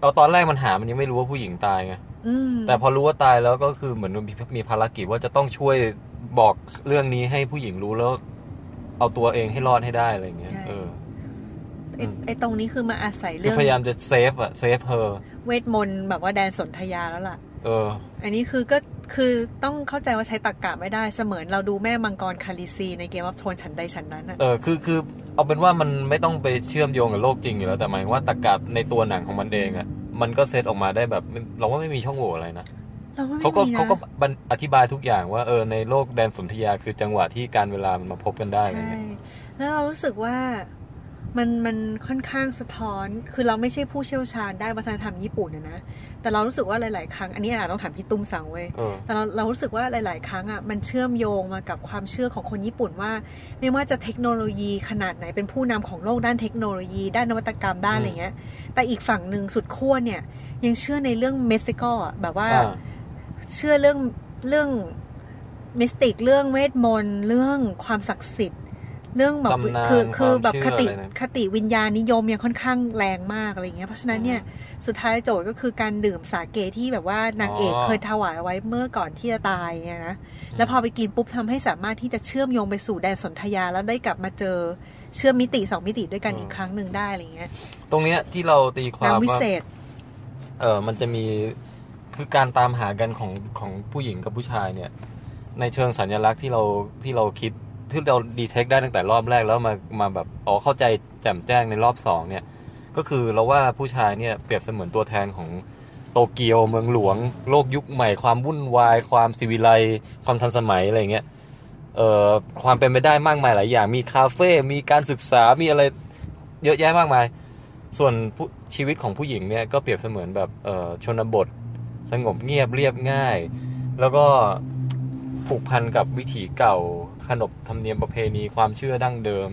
Speaker 1: เอาตอนแรกมันหามันยังไม่รู้ว่าผู้หญิงตายไง
Speaker 2: อืม
Speaker 1: แต่พอรู้ว่าตายแล้วก็คือเหมือนมีมีภารกิจว่าจะต้องช่วยบอกเรื่องนี้ให้ผู้หญิงรู้แล้ว เอาตัวเองให้รอดให้ได้อะไรอย่างเงี้ย เออ
Speaker 2: ไอ้ไอ้ตรงนี้คือมาอาศัย
Speaker 1: คือ
Speaker 2: เรื่อง
Speaker 1: พยายามจะเซฟอะเซฟเธอ
Speaker 2: เวทมนต์แบบว่าแดนสนธยาแล้วล่ะ
Speaker 1: เออ
Speaker 2: อันนี้คือก็คือต้องเข้าใจว่าใช้ตรกกะไม่ได้เสมือนเราดูแม่มังกรคาลิซีในเกมวัฟโทนฉันใดฉันนั้นอะ
Speaker 1: เออคือคือเอาเป็นว่ามันไม่ต้องไปเชื่อมโยงกับโลกจริงอยู่แล้ว แต่หมายว่าตะกับในตัวหนังของมันเองอะมันก็เซตออกมาได้แบบไม่เราว่าไม่มีช่องโหว่อะไรนะ
Speaker 2: เราว่าไม่
Speaker 1: เขาก็
Speaker 2: มีนะ
Speaker 1: เขาก็บันอธิบายทุกอย่างว่าเออในโลกแดนสนธยาคือจังหวะที่การเวลามันมาพบกันได้อะไร
Speaker 2: ใช่
Speaker 1: เงี้ย
Speaker 2: แล้วเรารู้สึกว่ามันมันค่อนข้างสะท้อน คือเราไม่ใช่ผู้เชี่ยวชาญด้านวัฒนธรรมญี่ปุ่นนะนะแต่เรารู้สึกว่าหลาย ๆ ครั้งอันนี้อาจต้องถามพี่ตุ้มสังเว้ย
Speaker 1: เออ
Speaker 2: แต่เราเรารู้สึกว่าหลาย ๆ ครั้งอ่ะมันเชื่อมโยงมากับความเชื่อของคนญี่ปุ่นว่า ไม่ว่าจะเทคโนโลยีขนาดไหนเป็นผู้นำของโลกด้านเทคโนโลยี ด้านนวัตกรรมด้าน
Speaker 1: อืม
Speaker 2: อะไรเงี้ย แต่อีกฝั่งหนึ่งสุดขั้วเนี่ย ยังเชื่อในเรื่องเมสติกอลแบบว่า
Speaker 1: อ่า
Speaker 2: เชื่อเรื่องเรื่องมิสติก เรื่องเวทมนต์เรื่องความศักดิ์สิทธิ์ เรื่องแบบ
Speaker 1: ตำนาน
Speaker 2: คือคือ
Speaker 1: ความ
Speaker 2: แบบคติ
Speaker 1: เชื่ออะไรนะ
Speaker 2: คติวิญญาณนิยมยังค่อนข้างแรงมากอะไรอย่างเงี้ยเพราะฉะนั้นเนี่ยสุดท้ายโจทย์ก็คือการดื่มสาเกที่แบบว่านางเอก
Speaker 1: อ๋อ
Speaker 2: เคยถวายไว้เมื่อก่อนที่จะตายเนี่ยนะแล้วพอไปกินปุ๊บทำให้สามารถที่จะเชื่อมโยงไปสู่แดนสนธยาแล้วได้กลับมาเจอเชื่อมมิติสองมิติด้วยกันอีกครั้งหนึ่งได้อะไรอย่างเงี้ย
Speaker 1: ตรงเนี้ยที่เราตีความ
Speaker 2: นางวิ
Speaker 1: ว่า
Speaker 2: เศษ
Speaker 1: เออมันจะมีคือการตามหากันของของผู้หญิงกับผู้ชายเนี่ย ในเชิงสัญลักษณ์ที่เราที่เราคิดที่เราดีเทคได้ตั้งแต่รอบแรกแล้วมามาแบบอ๋อเข้าใจแจ่มแจ้งในรอบสองเนี่ย ก็คือเราว่าผู้ชายเนี่ยเปรียบเสมือนตัวแทนของโตเกียวเมืองหลวง โลกยุคใหม่ความวุ่นวาย ความสิวิไลซ์ความทันสมัยอะไรอย่างเงี้ยเอ่อความเป็นไปได้มากมายหลายอย่าง มีคาเฟ่มีการศึกษามีอะไรเยอะแยะมากมาย ส่วนผู้ชีวิตของผู้หญิงเนี่ยก็เปรียบเสมือนแบบเอ่อชนบท สงบเงียบเรียบง่าย แล้วก็ผูกพันกับวิถีเก่าขนบธรรมเนียมประเพณีความเชื่อดั้งเดิม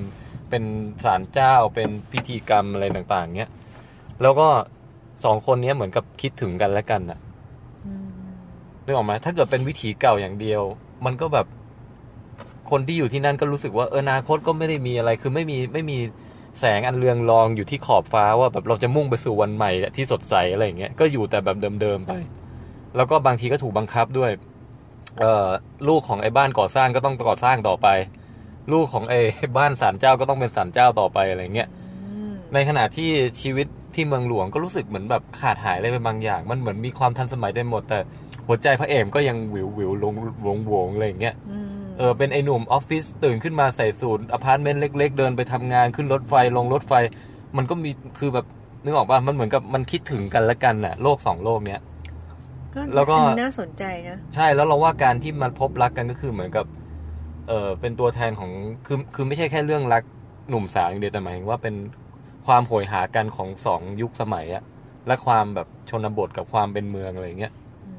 Speaker 1: เป็นศาลเจ้าเป็นพิธีกรรมอะไรต่างๆเนี้ยแล้วก็สองคนเนี้ยเหมือนกับคิดถึงกันและกันน่ะนึกออกไหมถ้าเกิดเป็นวิถีเก่าอย่างเดียว มันก็แบบคนที่อยู่ที่นั่นก็รู้สึกว่าเอออนาคตก็ไม่ได้มีอะไรคือไม่มีไม่มี แสงอันเรืองรองอยู่ที่ขอบฟ้าว่าแบบเราจะมุ่งไปสู่วันใหม่ที่สดใสอะไรอย่างเงี้ยก็อยู่แต่แบบเดิมๆไป แล้วก็บางทีก็ถูกบังคับด้วยเอ่อลูกของไอ้บ้านก่อสร้างก็ต้องก่อสร้างต่อไป ลูกของไอ้ บ้านศาลเจ้าก็ต้องเป็นศาลเจ้าต่อไปอะไรอย่างเงี้ย ในขณะที่ชีวิตที่เมืองหลวงก็รู้สึกเหมือนแบบขาดหายอะไรไปบางอย่าง มันเหมือนมีความทันสมัยเต็มหมด แต่หัวใจพระเอกก็ยังวิววิวๆลงวงวงๆอะไรอย่างเงี้ย เออเป็นไอ้หนุ่มออฟฟิศตื่นขึ้นมาใส่สูทอพาร์ตเมนต์เล็ก ๆ เดินไปทำงานขึ้นรถไฟลงรถไฟ มันก็มีคือแบบนึกออกป่ะมันเหมือนกับมันคิดถึงกันและกันน่ะโลกสองโลกเนี้ย แล้
Speaker 2: แล้ว
Speaker 1: วก็
Speaker 2: ก็น่าสนใจนะ
Speaker 1: ใช่แล้วเราว่าการที่มันพบรักกันก็คือเหมือนกับ เออเป็นตัวแทนของคือคือไม่ใช่แค่เรื่องรัก หนุ่มสาวอย่างเดียวแต่หมายถึงว่าเป็นความโหยหากันของสองยุคสมัยอะและความแบบชนบทกับความเป็นเมืองอะไรอย่างเงี้ย
Speaker 3: อื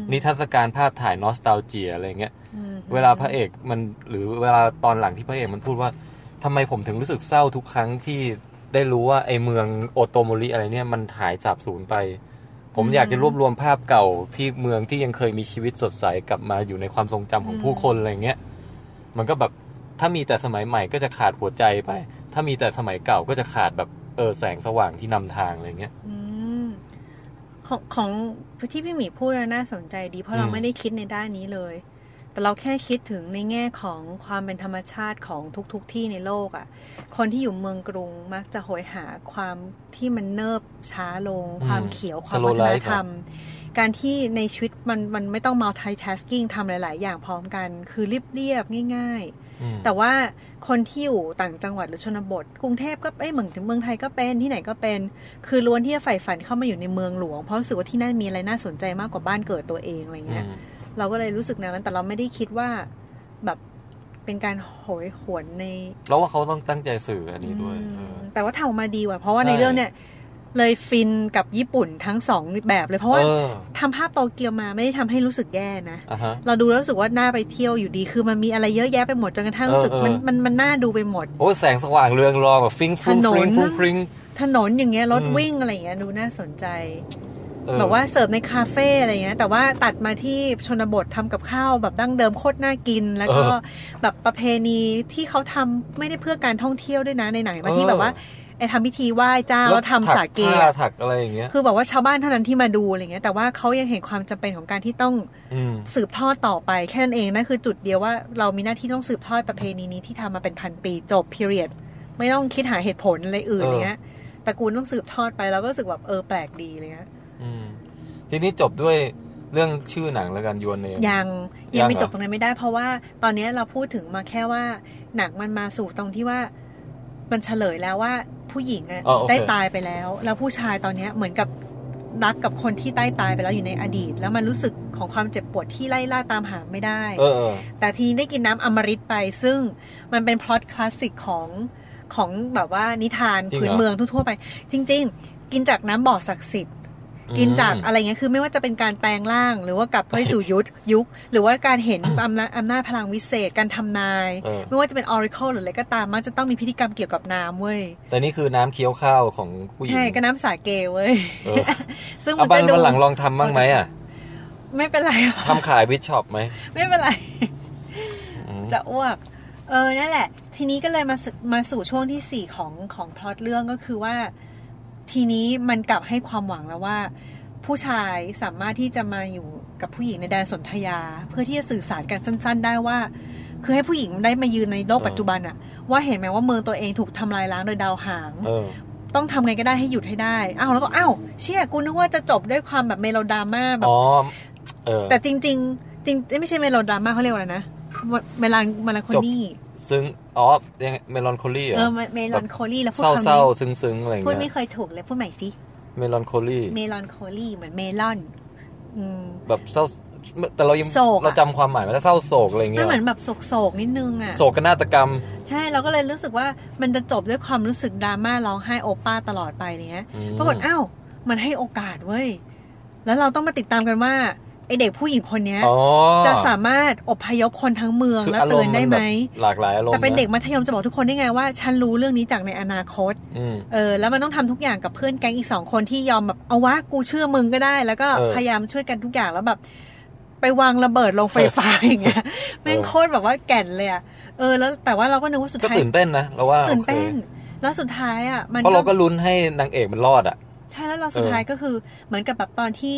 Speaker 3: ม
Speaker 1: นิทรรศการภาพถ่ายนอสตาเจียอะไรอย่างเงี้ย
Speaker 3: อืม
Speaker 1: เวลาพระเอกมันหรือเวลาตอนหลังที่พระเอกมันพูดว่าทำไมผมถึงรู้สึกเศร้าทุกครั้งที่ได้รู้ว่าไอ้เมืองโอโตโมริอะไรเนี่ยมันหายสาบสูญไป ผมอยากจะรวบรวมภาพเก่าที่เมืองที่ยังเคยมีชีวิตสดใสกลับมาอยู่ในความทรงจำของผู้คนอะไรเงี้ยมันก็แบบถ้ามีแต่สมัยใหม่ก็จะขาดหัวใจไป ถ้ามีแต่สมัยเก่าก็จะขาดแบบเออแสงสว่างที่นำทางอะไรเงี้ย
Speaker 2: อืมของของที่พี่หมีพูดน่ะน่าสนใจดี เพราะเรา
Speaker 1: อืม
Speaker 2: ไม่ได้คิดในด้านนี้เลย แต่เราแค่คิดถึงในแง่ของความเป็นธรรมชาติของทุกๆทที่ในโลกอะ่ะ คนที่อยู่เมืองกรุงมักจะโหยหาความที่มันเนิบช้าลง ความเขียวความวัฒนธรรม การที่ในชีวิตมันมันไม่ต้อง multitasking ทำหลาย ๆ อย่างพร้อมกัน คือเรียบเรียบๆง่าย ๆ
Speaker 1: อืม
Speaker 2: แต่ว่าคนที่อยู่ต่างจังหวัดหรือชนบท กรุงเทพก็เอ้ยเหมือนถึงเมืองไทยก็เป็นที่ไหนก็เป็น คือล้วนที่จะใฝ่ฝันเข้ามาอยู่ในเมืองหลวง เพราะรู้สึกว่าที่นั่นมีอะไรน่าสนใจมากกว่าบ้านเกิดตัวเองอะไรเงี้ยเราก็เลยรู้สึกแนวนั้น แต่เราไม่ได้คิดว่าแบบเป็นการโหยหวนใน
Speaker 1: แล้วว่าเขาต้องตั้งใจสื่ออันนี้ด้วยเออ
Speaker 2: แต่ว่าทำออกมาดีว่ะเพราะว่า
Speaker 1: ใช่
Speaker 2: ในเรื่องเนี่ยเลยฟินกับญี่ปุ่นทั้งสองแบบเลยเพราะว่า
Speaker 1: เออ
Speaker 2: ทำภาพโตเกียวมาไม่ได้ทำให้รู้สึกแย่นะ
Speaker 1: อ่ะฮะ
Speaker 2: เราดูแล้วรู้สึกว่าน่าไปเที่ยวอยู่ดี คือมันมีอะไรเยอะแยะไปหมดจนกระทั่งรู้สึก
Speaker 1: เออเออ
Speaker 2: มันมันมันน่าดูไปหมด
Speaker 1: โอ้แสงสว่างเรืองรองแบบฟิงฟรุ้ง
Speaker 2: ถ
Speaker 1: ฟ
Speaker 2: น
Speaker 1: ริ้
Speaker 2: น
Speaker 1: งฟรุ้งฟริ้ง
Speaker 2: ถนนอย่างเงี้ยรถ
Speaker 1: อืม
Speaker 2: วิ่งอะไรอย่างเงี้ยดูน่าสนใจ
Speaker 1: เออ
Speaker 2: แบบว่าเสิร์ฟในคาเฟ่อะไรอย่างเงี้ยแต่ว่าตัดมาที่ชนบททำกับข้าวแบบดั้งเดิมโคตรน่ากิน แล้วก็แบบประเพณีที่เขาทำไม่ได้เพื่อการท่องเที่ยวด้วยนะในหนังมาที่แบบว่าไอ้ทำพิธีไหว้เจ้าแล้วทำสาเก
Speaker 1: ถัผ้
Speaker 2: อะ
Speaker 1: ถักอะไรอย่างเงี้ย
Speaker 2: คือแบบว่าชาวบ้านเท่านั้นที่มาดูอะไรอย่างเงี้ยแต่ว่าเขายังเห็นความจำเป็นของการที่ต้อง
Speaker 1: อืม
Speaker 2: สืบทอดต่อไปแค่นั้นเองนั่นคือจุดเดียวว่าเรามีหน้าที่ต้องสืบทอดประเพณีนี้ที่ทำมาเป็นพันปีจบ period ไม่ต้องคิดหาเหตุผลอะไรอื่นอะไรเงี้ยตระกูลต้องสืบทอดไปเราก็รู้สึกแบบเออแปลกดีอะไรเงี้ย
Speaker 1: อืมทีนี้จบด้วยเรื่องชื่อหนังแล้วกันยวนเนม
Speaker 2: ยัง
Speaker 1: ยั
Speaker 2: ยัง
Speaker 1: ง
Speaker 2: ไม่
Speaker 1: เหรอ
Speaker 2: จบตรงนั้นไม่ได้ เพราะว่าตอนนี้เราพูดถึงมาแค่ว่า หนังมันมาสู่ตรงที่ว่า มันเฉลยแล้วว่าผู้หญิงอะ
Speaker 1: อ๋อโอเค
Speaker 2: ได้ตายไปแล้ว แล้วผู้ชายตอนเนี้ยเหมือนกับรักกับคนที่ใต้ตายไปแล้วอยู่ในอดีต แล้วมันรู้สึกของความเจ็บปวดที่ไล่ล่าตามหาไม่ได้
Speaker 1: เออเออ
Speaker 2: แต่ทีนี้ได้กินน้ำอมฤตไป ซึ่งมันเป็นพล็อตคลาสสิกของของแบบว่านิทาน
Speaker 1: จริงเหรอ
Speaker 2: พื้นเมืองทั่วๆไป จริง ๆ กินจากน้ำบ่อศักดิ์สิทธิ กินจาก
Speaker 1: อืม
Speaker 2: อะไรเงี้ย คือไม่ว่าจะเป็นการแปลงร่าง หรือว่ากลับไปสู่ยุทธ ยุค หรือว่าการเห็ น อำนาจอำนาจพลังวิเศษ การทำนาย
Speaker 1: เออ
Speaker 2: ไม่ว่าจะเป็นออริเคิลหรืออะไรก็ตาม มันจะต้องมีพิธีกรรมเกี่ยวกับน้ำเว้ย
Speaker 1: แต่นี่คือน้ำเคี้ยวข้าวของผู้หญิง
Speaker 2: ใช่ ก็น้ำสาเกเว้ย
Speaker 1: เออ
Speaker 2: ซึ่ง
Speaker 1: เอา
Speaker 2: มัน
Speaker 1: บ้า
Speaker 2: จะ
Speaker 1: น
Speaker 2: ดู
Speaker 1: วันหลังลองทำบ้างไหมอ่ะ
Speaker 2: ไม่เป็นไร
Speaker 1: ทำขายวิชช็อปไหม
Speaker 2: ไม่เป็นไร
Speaker 1: อืม
Speaker 2: จะอ้วก เออ นั่นแหละ ทีนี้ก็เลยมาสู่มาสู่ช่วงที่สี่ของของพล็อตเรื่องก็คือว่า ทีนี้มันกลับให้ความหวังแล้วว่า ผู้ชายสามารถที่จะมาอยู่กับผู้หญิงในแดนสนธยา เพื่อที่จะสื่อสารกันสั้น ๆ ได้ว่า คือให้ผู้หญิงได้มายืนในโลกปัจจุบันอะว่าเห็นไหมว่าเมืองตัวเองถูกทำลายล้างโดยดาวหาง
Speaker 1: เออ
Speaker 2: ต้องทำไงก็ได้ให้หยุดให้ได้อ้าวแล้วก็อ้าวเชี่ยกูนึกว่าจะจบด้วยความแบบเมโลดราม่าแบบ
Speaker 1: อ๋อ เออ
Speaker 2: แต่จริง ๆ จริงไม่ใช่เมโลดราม่าเขาเรียกว่าอะไรนะเมลังเมลังโคนี่
Speaker 1: ซึ่งอ๋อยังเมลอนโคลี่อ่ะ
Speaker 2: เออเมเมลอนโคลี่แล้วพูด
Speaker 1: เศร้า
Speaker 2: คำ
Speaker 1: เศร้า
Speaker 2: นี้
Speaker 1: ซึ้งซึ้งๆอะไรอย่าง
Speaker 2: พูดไม่
Speaker 1: เงี้ย
Speaker 2: เคยถูกเลยพูดใหม่สิ
Speaker 1: เมลอนโคลี่
Speaker 2: เมลอนโคลี่เหมือนเมลอน อืม
Speaker 1: แบบเศร้าแต่เรายัง
Speaker 2: โศกอะ
Speaker 1: เราจำความหมายไม่ได้เศร้าโศกอะไรอย่าง
Speaker 2: มั
Speaker 1: เงี้ย
Speaker 2: นเหมือนแบบโศกๆนิดนึงอ่ะ
Speaker 1: โศกนาฏกรรม
Speaker 2: ใช่เราก็เลยรู้สึกว่ามันจะจบด้วยความรู้สึกดราม่าร้องไห้โอป้าตลอดไปเนี้ย
Speaker 1: อืม
Speaker 2: ปรากฏอ้าวมันให้โอกาสเว้ย แล้วเราต้องมาติดตามกันว่าไอเด็กผู้หญิงคนเนี้ย
Speaker 1: อ๋อ
Speaker 2: จะสามารถอพยพคนทั้งเมือง
Speaker 1: คือ
Speaker 2: และ
Speaker 1: อาร
Speaker 2: เตื
Speaker 1: ม
Speaker 2: อน
Speaker 1: ณ์
Speaker 2: ได้
Speaker 1: มัน
Speaker 2: ไหม
Speaker 1: แบบหลากหลายอารมณ์
Speaker 2: แต่เป็น
Speaker 1: นะ
Speaker 2: เด็กมัธยมจะบอกทุกคนได้ไงว่า ฉันรู้เรื่องนี้จากในอนาคต
Speaker 1: อืม
Speaker 2: เออแล้วมันต้องทำทุกอย่างกับเพื่อนแก๊งอีกสองคนที่ยอมแบบเอาวะกูเชื่อมึงก็ได้ แล้วก็
Speaker 1: เออ
Speaker 2: พยายามช่วยกันทุกอย่างแล้วแบบ ไปวางระเบิดลงไฟฟ้า อย่างเงี้ย แม่ง
Speaker 1: เออ
Speaker 2: โคตรแบบว่าแก่นเลยอะเออแล้วแต่ว่าเราก็นึกว่าสุด
Speaker 1: ก็
Speaker 2: ท้าย
Speaker 1: ตื่นเต้นนะเราว่า
Speaker 2: ตื่น
Speaker 1: โอ
Speaker 2: เต้น
Speaker 1: ค
Speaker 2: แล้วสุดท้ายอะมัน
Speaker 1: เพราะเราก็ลุ้นให้นางเอกมันรอดอ่ะ
Speaker 2: ใช่แล้วเราสุดท้ายก็คือ เหมือนกับแบบตอนที่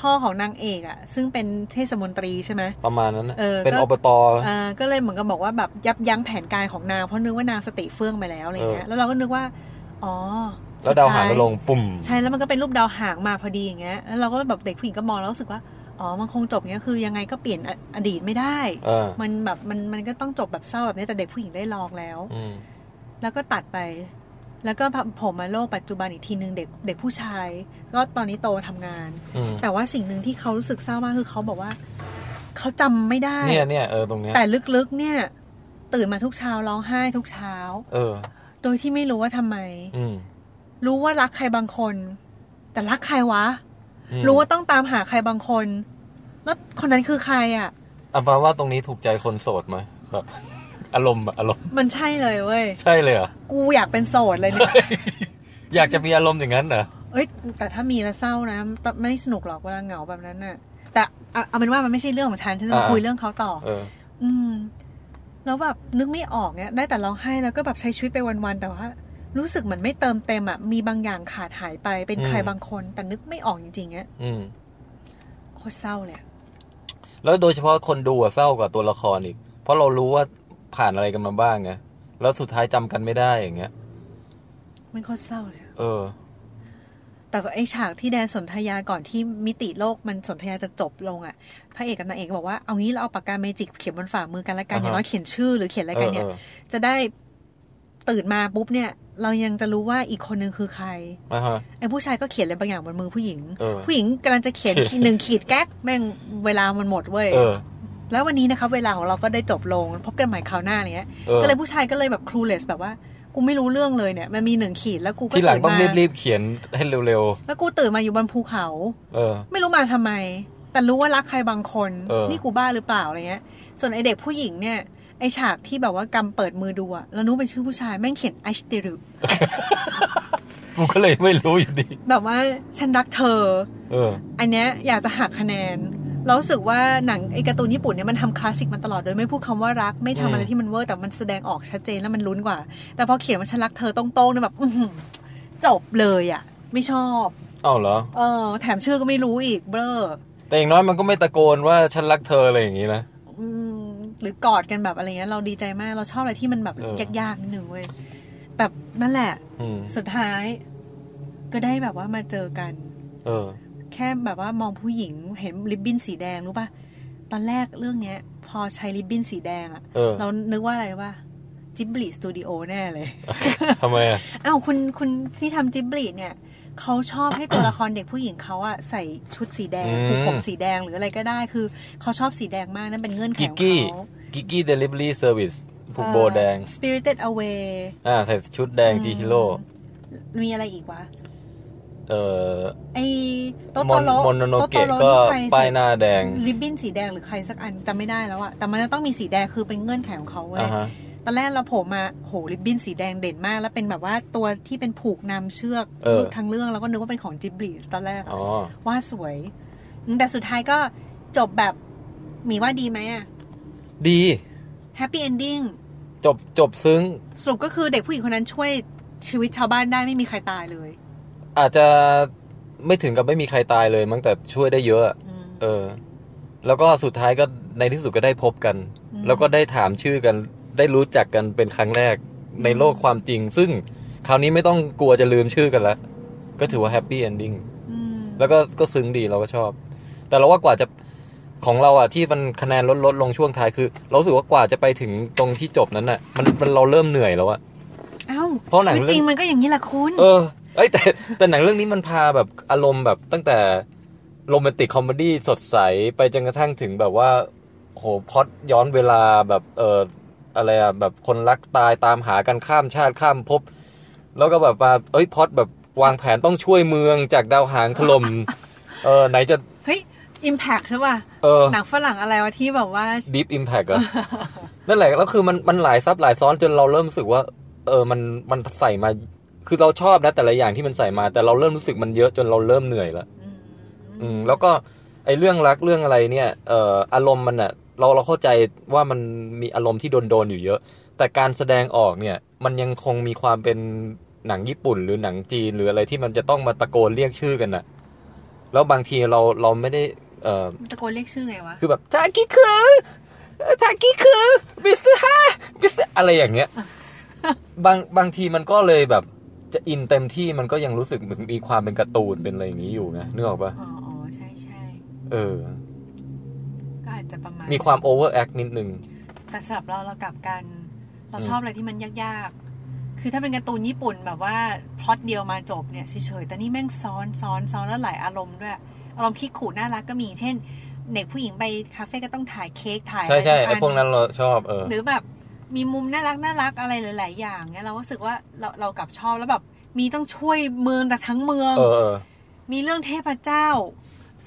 Speaker 2: พ่อของนางเอกอะซึ่งเป็นเทศมนตรีใช่ไหม
Speaker 1: ประมาณนั้นนะ
Speaker 2: เออก็
Speaker 1: เป็นอบต
Speaker 2: เอ่อก็เลยเหมือนกับบอกว่าแบบยับยั้งแผนการของนางเพราะนึกว่านางสติเฟื่องไปแล้วอะไรเงี้
Speaker 1: เอ
Speaker 2: ย
Speaker 1: อ
Speaker 2: แล้วเราก็นึกว่าอ๋อ
Speaker 1: แล้วดาวหาง
Speaker 2: สุ
Speaker 1: ก็
Speaker 2: ท้ย
Speaker 1: ลงปุ่ม
Speaker 2: ใช่แล้วมันก็เป็นรูปดาวหางมาพอดีอย่างเงี้ยแล้วเราก็แบบเด็กผู้หญิงก็มองแล้วรู้สึกว่าอ๋อมันคงจบเงี้ยคือยังไงก็เปลี่ยนออดีตไม่ได้
Speaker 1: เออ
Speaker 2: มันแบบมันมันก็ต้องจบแบบเศร้าแบบนี้แต่เด็กผู้หญิงได้ลองแล้ว
Speaker 1: อืม
Speaker 2: แล้วก็ตัดไป แล้วก็ผมมาโลกปัจจุบันอีกทีหนึ่งเด็กเด็กผู้ชายก็ตอนนี้โตทำงาน
Speaker 1: อืม
Speaker 2: แต่ว่าสิ่งหนึ่งที่เขารู้สึกเศร้ามากคือเขาบอกว่า เขาจำไม่ได้
Speaker 1: เนี่ยเนี่ยเออตรงเนี้ย
Speaker 2: แต่ลึกๆเนี่ย ตื่นมาทุกเช้าร้องไห้ทุกเช้า
Speaker 1: เออ
Speaker 2: โดยที่ไม่รู้ว่าทำไม
Speaker 1: อืม
Speaker 2: รู้ว่ารักใครบางคน แต่รักใครวะ
Speaker 1: อืม
Speaker 2: รู้ว่าต้องตามหาใครบางคน แล้วคนนั้นคือใครอ่ะ
Speaker 1: อามาว่าตรงนี้ถูกใจคนโสดไหมแบบ อารมณ์อะอารมณ์
Speaker 2: มันใช่เลยเว้ย
Speaker 1: ใช่เลยเหรอ
Speaker 2: กูอยากเป็นโสดเลยเนี่ย
Speaker 1: อยากจะมีอารมณ์อย่างนั้นเหรอ
Speaker 2: เอ้ย แต่ถ้ามีแล้วเศร้านะแต่ไม่สนุกหรอกเวลาเหงาแบบนั้นน่ะ แต่เอาเอาเป็นว่ามันไม่ใช่เรื่องของฉัน ฉันจะมาคุยเรื่องเขาต่อ
Speaker 1: เออ
Speaker 2: อืม แล้วแบบนึกไม่ออกเนี่ยได้แต่ร้องไห้แล้วก็แบบใช้ชีวิตไปวันๆแต่ว่า รู้สึกเหมือนไม่เติมเต็มอ่ะมีบางอย่างขาดหายไปเป็นใคร
Speaker 1: อืม
Speaker 2: บางคน แต่นึกไม่ออกจริงๆเนี่ย
Speaker 1: อืม
Speaker 2: โคตรเศร้าเลยอะ
Speaker 1: แล้วโดยเฉพาะคนดูอะเศร้ากว่าตัวละครอีก เพราะเรารู้ว่าผ่านอะไรกันมาบ้างไง แล้วสุดท้ายจำกันไม่ได้อย่างเงี้ย
Speaker 2: มันโคตรเศร้าเลยอะ
Speaker 1: เออ
Speaker 2: แต่ไอฉากที่แดนสนธยาก่อนที่มิติโลกมันสนธยาจะจบลงอ่ะพระเอกกับนางเอกก็บอกว่าเอางี้เราเอาปากกาเมจิกเขียนบนฝ่ามือกันละกันอย่างน้อยเขียนชื่อหรือเขียนอะไร
Speaker 1: เอ
Speaker 2: กัน
Speaker 1: อ
Speaker 2: เนี่
Speaker 1: เอย อ
Speaker 2: จะได้ตื่นมาปุ๊บเนี่ย เรายังจะรู้ว่าอีกคนนึงคือใคร
Speaker 1: อ่ะฮะ
Speaker 2: ไอ้ผู้ชายก็เขียนอะไรบางอย่างบนมือผู้หญิง
Speaker 1: เออ
Speaker 2: ผู้หญิงกำลังจะ เขียน หนึ่งขีดแก๊กแม่งเวลามันหมดเว้ย
Speaker 1: เออ
Speaker 2: แล้ววันนี้นะครับเวลาของเราก็ได้จบลง พบกันใหม่คราวหน้าอะไรเงี้ย
Speaker 1: เออ
Speaker 2: ก็เลยผู้ชายก็เลยแบบครูเลสแบบว่า กูไม่รู้เรื่องเลยเนี่ย มันมีหนึ่งขีดแล้วกูก็
Speaker 1: ที่หลัง
Speaker 2: น
Speaker 1: ต้อง
Speaker 2: มา
Speaker 1: รีบๆเขียนให้เร็ว
Speaker 2: แล้วกูตื่นมาอยู่บนภูเขา
Speaker 1: ๆ เออ
Speaker 2: ไม่รู้มาทำไม แต่รู้ว่ารักใครบางคน
Speaker 1: เออ
Speaker 2: นี่กูบ้าหรือเปล่าอะไรเงี้ย ส่วนไอเด็กผู้หญิงเนี่ย ไอฉากที่แบบว่ากำเปิดมือดูอะแล้วนู้เป็นชื่อผู้ชายแม่งเขียนไอชติรุ
Speaker 1: กูก็เลยไม่รู้อยู่ดี
Speaker 2: แบบว่าฉันรักเธอ
Speaker 1: เออ
Speaker 2: อันเนี้ยอยากจะหักคะแนน เรารู้สึกว่าหนังไอการ์ตูนญี่ปุ่นเนี่ยมันทำคลาสสิกมาตลอดโดยไม่พูดคำว่ารักไม่ทำอะไร
Speaker 1: อืม
Speaker 2: ที่มันเวอร์แต่มันแสดงออกชัดเจนแล้วมันลุ้นกว่า แต่พอเขียนว่าฉันรักเธอตรงๆเนี่ยแบบอื้อหือจบเลยอะไม่ชอบ
Speaker 1: เอ้าเหรอ
Speaker 2: เออแถมชื่อก็ไม่รู้อีกเบลอ
Speaker 1: แต่อย่างน้อยมันก็ไม่ตะโกนว่าฉันรักเธออะไรอย่างงี้นะ
Speaker 2: อืมหรือกอดกันแบบอะไรเงี้ยเราดีใจมากเราชอบอะไรที่มันแบบ
Speaker 1: เออ
Speaker 2: ยากๆนิดนึงเว้ยแต่นั่นแหละ
Speaker 1: อืม
Speaker 2: สุดท้าย ก็ได้แบบว่ามาเจอกัน
Speaker 1: เออ
Speaker 2: แค่แบบว่ามองผู้หญิงเห็นริบบิ้นสีแดงรู้ป่ะ ตอนแรกเรื่องเนี้ย พอใช้ริบบิ้นสีแดงอะ
Speaker 1: เออ
Speaker 2: เรานึกว่าอะไรว่าจิบลิสตูดิโอแน่เลย
Speaker 1: ทำไมอ่ะ
Speaker 2: อ้าวคุณคุณที่ทำจิบลิเนี่ยเขาชอบให้ตัว ละครเด็กผู้หญิงเขาอะใส่ชุดสีแดง
Speaker 1: อืม
Speaker 2: ผูกผมสีแดงหรืออะไรก็ได้ คือเขาชอบสีแดงมากนั่นเป็นเงื่อนไข
Speaker 1: กิก
Speaker 2: ของ
Speaker 1: กี้
Speaker 2: เขา
Speaker 1: กิกกี้เดลิเวอรี่เซอร์วิสผูกโบแดง
Speaker 2: เอ่อ Spirited Away
Speaker 1: อ่า ใส่ชุดแดงจีฮิโร่
Speaker 2: มีอะไรอีกวะ
Speaker 1: เอ่อ
Speaker 2: ไอ้โต
Speaker 1: ม
Speaker 2: โต
Speaker 1: อน
Speaker 2: โร
Speaker 1: มอนโน
Speaker 2: โต
Speaker 1: เกะ
Speaker 2: โร
Speaker 1: ก็
Speaker 2: นี่ใครใส่
Speaker 1: ป้ายหน้าแดง
Speaker 2: ริบบิ้นสีแดงหรือใครสักอันจำไม่ได้แล้วอะแต่มันจะต้องมีสีแดงคือเป็นเงื่อนไขของเขาเว้ย
Speaker 1: อ่าฮะ
Speaker 2: ตอนแรกเราโผล่มาโหริบบิ้นสีแดงเด่นมาก แล้วเป็นแบบว่าตัวที่เป็นผูกนำเชือก
Speaker 1: เออ
Speaker 2: ทั้งเรื่องแล้วก็นึกว่าเป็นของจิบลิตอนแรก
Speaker 1: อ๋อ
Speaker 2: วาดสวย แต่สุดท้ายก็จบแบบหมีว่าดีไหมอะ
Speaker 1: ดี
Speaker 2: แฮปปี้เอนดิ้ง
Speaker 1: จบจบซึ้ง
Speaker 2: สรุปก็คือเด็กผู้หญิงคนนั้นช่วยชีวิตชาวบ้านได้ไม่มีใครตายเลย
Speaker 1: อาจจะไม่ถึงกับไม่มีใครตายเลยมั้งแต่ช่วยได้เยอะ
Speaker 2: อืม
Speaker 1: เออ แล้วก็สุดท้ายก็ในที่สุดก็ได้พบกัน
Speaker 2: อืม
Speaker 1: แล้วก็ได้ถามชื่อกัน ได้รู้จักกันเป็นครั้งแรกในโลกความจริง ซึ่งคราวนี้ไม่ต้องกลัวจะลืมชื่อกันละก็ถือว่าแฮปปี้เอนดิ้ง
Speaker 2: ม
Speaker 1: แล้วก็ก็ซึ้งดีเราก็ชอบ แต่เราว่ากว่าจะของเราอ่ะที่มันคะแนนลดลดลงช่วงท้ายคือ เรารู้สึกว่ากว่าจะไปถึงตรงที่จบนั้นน่ะ มันมันเราเริ่มเหนื่อยแล้วอะ
Speaker 2: เอ้า
Speaker 1: เพราะหนัง
Speaker 2: ชีวิตจริง
Speaker 1: เรื่อง
Speaker 2: มันก็อย่างนี้แหละคุณ
Speaker 1: เออเอ้ยแต่แต่หนังเรื่องนี้มันพาแบบอารมณ์แบบตั้งแต่โรแมนติกคอมเมดี้สดใสไปจนกระทั่งถึงแบบว่าโหพล็อดย้อนเวลาแบบเอออะไรอะแบบคนรักตายตามหากันข้ามชาติข้ามภพแล้วก็แบบมาเอ้ยพล็อดแบบวางแผนต้องช่วยเมืองจากดาวหางถล่มเออไหนจะ
Speaker 2: เฮ้ยอิมแพคใช่ป่ะ
Speaker 1: เออ
Speaker 2: หนังฝรั่งอะไรวะที่แบบว่า
Speaker 1: Deep Impact อะ นั่นแหละแล้วคือมันมันหลายซับหลายซ้อนจนเราเริ่มรู้สึกว่า เออมันมันใส่มา คือเราชอบนะแต่ละอย่างที่มันใส่มา แต่เราเริ่มรู้สึกมันเยอะจนเราเริ่มเหนื่อยละ
Speaker 2: อืม
Speaker 1: อืม แล้วก็ไอเรื่องรักเรื่องอะไรเนี่ยเอ่ออารมณ์มันอะเราเราเข้าใจว่ามันมีอารมณ์ที่โดนโดนๆอยู่เยอะ แต่การแสดงออกเนี่ย มันยังคงมีความเป็นหนังญี่ปุ่น หรือหนังจีนหรืออะไรที่มันจะต้องมาตะโกนเรียกชื่อกันน่ะ แล้วบางทีเราเราไม่ได้เอ่อ
Speaker 2: มันตะโกนเรียกชื่อไงวะ
Speaker 1: คือแบบทากิคือทากิคือบิสฮาบิสอะไรอย่างเงี้ย บางบางทีมันก็เลยแบบจะอินเต็มที่มันก็ยังรู้สึกเหมือนมีความเป็นการ์ตูนเป็นอะไรอย่างนี้อยู่นะนึกออกปะ
Speaker 2: อ๋ออ๋อใช่ใช่
Speaker 1: เออ
Speaker 2: ก็อาจจะประมาณ
Speaker 1: มีความโอเวอร์แอคนิดนึง
Speaker 2: แต่สำหรับเราเรากลับกัน เรา
Speaker 1: อืม
Speaker 2: ชอบอะไรที่มันยากๆ คือถ้าเป็นการ์ตูนญี่ปุ่นแบบว่าพล็อตเดียวมาจบเนี่ยเฉยๆ แต่นี่แม่งซ้อนซ้อนซ้อนแล้วหลายอารมณ์ด้วย อารมณ์ขี้ขู่น่ารักก็มี เช่น เด็กผู้หญิงไปคาเฟ่ก็ต้องถ่ายเค้กถ่าย
Speaker 1: ใช่ใช่ไอ
Speaker 2: ทุก
Speaker 1: พวกนั้นเราชอบเออ
Speaker 2: หรือแบบ มีมุมน่ารักน่ารักอะไรหลาย ๆ อย่างเนี่ยเรารู้สึกว่าเราเรากลับชอบแล้วแบบมีต้องช่วยเมืองแต่ทั้งเมือง
Speaker 1: เออเออ
Speaker 2: มีเรื่องเทพเจ้า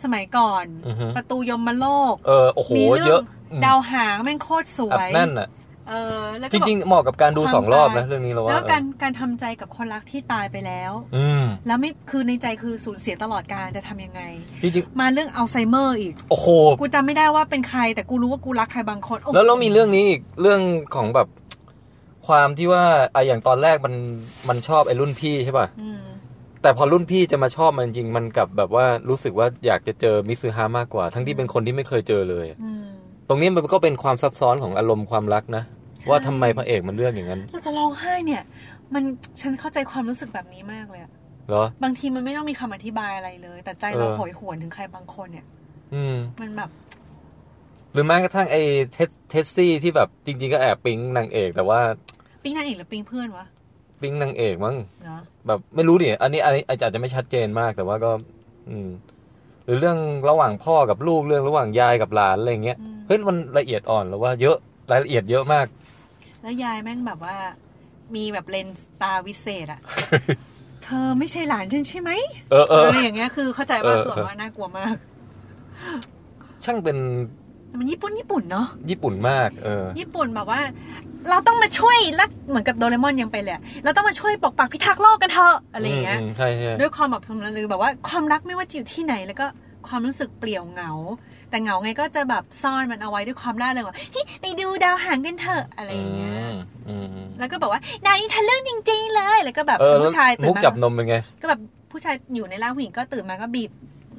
Speaker 2: สมัยก่อน
Speaker 1: อือฮึ
Speaker 2: ประตูยมโลก
Speaker 1: เออโอ้โห
Speaker 2: มีเรื่อง
Speaker 1: เยอะอืม
Speaker 2: ดาวหางแม่งโคตรสว
Speaker 1: อับ
Speaker 2: ย
Speaker 1: แน่นอ่ะ
Speaker 2: เออ แล้ว
Speaker 1: จ
Speaker 2: ก็บอก
Speaker 1: ริง ๆ เหมาะกับการดู
Speaker 2: ความ
Speaker 1: สองรอบ
Speaker 2: ตา
Speaker 1: นะ
Speaker 2: ย
Speaker 1: เรื่องนี้เราว่า
Speaker 2: แล้วการการทำใจกับคนรักที่ตายไปแล้ว
Speaker 1: เอออืม
Speaker 2: แล้วไม่คือในใจคือสูญเสียตลอดการจะทำยังไง
Speaker 1: จริง
Speaker 2: มาเรื่องอัลไซเมอร์อีก
Speaker 1: ๆโอ้โห
Speaker 2: กูจำไม่ได้ว่าเป็นใคร แต่กูรู้ว่ากูรักใครบางคนโอ้ โห
Speaker 1: แล้วเรามีเรื่องนี้อีกเรื่องของแบบความที่ว่าไอะอย่างตอนแรกมันมันชอบไอ้รุ่นพี่ใช่ป่ะ
Speaker 2: อืม
Speaker 1: แต่พอรุ่นพี่จะมาชอบมันจริงมันกลับแบบว่ารู้สึกว่าอยากจะเจอมิซึฮามากกว่า ทั้งที่เป็นคนที่ไม่เคยเจอเลย
Speaker 2: อืม
Speaker 1: ตรงนี้มันก็เป็นความซับซ้อนของอารมณ์ความรักนะ
Speaker 2: ใช่
Speaker 1: ว่าทำไมพระเอกมันเลือกอย่างนั้น
Speaker 2: เราจะร้องไห้เนี่ย มันฉันเข้าใจความรู้สึกแบบนี้มากเลยอะ
Speaker 1: เหรอ
Speaker 2: บางทีมันไม่ต้องมีคำอธิบายอะไรเลย แต่ใจเรา
Speaker 1: เออ
Speaker 2: โหยหวนถึงใครบางคนเนี่ย
Speaker 1: อืม
Speaker 2: มันแบบ
Speaker 1: หรือแม้กระทั่งไอ้เทสเทสซี่ที่แบบจริง ๆ ก็แอบปิ๊งนางเอก แต่ว่า
Speaker 2: ปิ๊งนางเอกหรือปิ๊งเพื่อนวะ
Speaker 1: ปิ๊งนางเอกมั้ง
Speaker 2: เนาะ
Speaker 1: แบบไม่รู้ดิ อันนี้อันนี้อาจจะไม่ชัดเจนมากแต่ว่าก็ อืม หรือเรื่องระหว่างพ่อกับลูกเรื่องระหว่างยายกับหลานอะไรอย่างเงี้ย
Speaker 2: อืม
Speaker 1: เฮ้ยมันละเอียดอ่อนแล้วว่าเยอะรายละเอียดเยอะมาก
Speaker 2: แล้วยายแม่งแบบว่า มีแบบเลนส์ตาวิเศ ษอะ เธอไม่ใช่หลานฉันใช่ไหม
Speaker 1: เออเออ
Speaker 2: ไรอย่างเงี้ยคือเข้าใจว่า
Speaker 1: เออ
Speaker 2: ส่วนว่าน่ากลัวมาก
Speaker 1: ช่างเป็น
Speaker 2: มันญี่ปุ่นญี่ปุ่นเนาะ
Speaker 1: ญี่ปุ่นมาก เออ
Speaker 2: ญี่ปุ่นแบบว่า เราต้องมาช่วยรักเหมือนกับโดเรมอนยังไปเลยอะเราต้องมาช่วยปกปักพิทักษ์โลกกันเถอะอะไรอย่างเงี้ย
Speaker 1: มมใช่ใช่
Speaker 2: ด้วยความแบบพรมละลือแบบว่าความรักไม่ว่าจะอยู่ที่ไหนแล้วก็ความรู้สึกเปลี่ยวเหงา แต่เหงาไงก็จะแบบซ่อนมันเอาไว้ด้วยความร่าเริงว่าเฮ้ยไปดูดาวหางกันเถอะอะไรอย่างเงี้ย
Speaker 1: มอืม
Speaker 2: แล้วก็บอกว่าดาวนี้ทะลึ่งจริงๆเลยแล้วก็แบบ
Speaker 1: เออแล้ว
Speaker 2: ผู้ชายตื่
Speaker 1: มุ
Speaker 2: น
Speaker 1: ก
Speaker 2: มา
Speaker 1: จับนมเป็นไง
Speaker 2: ก็แบบผู้ชายอยู่ในร่างผู้หญิงก็ตื่นมาก็บีบ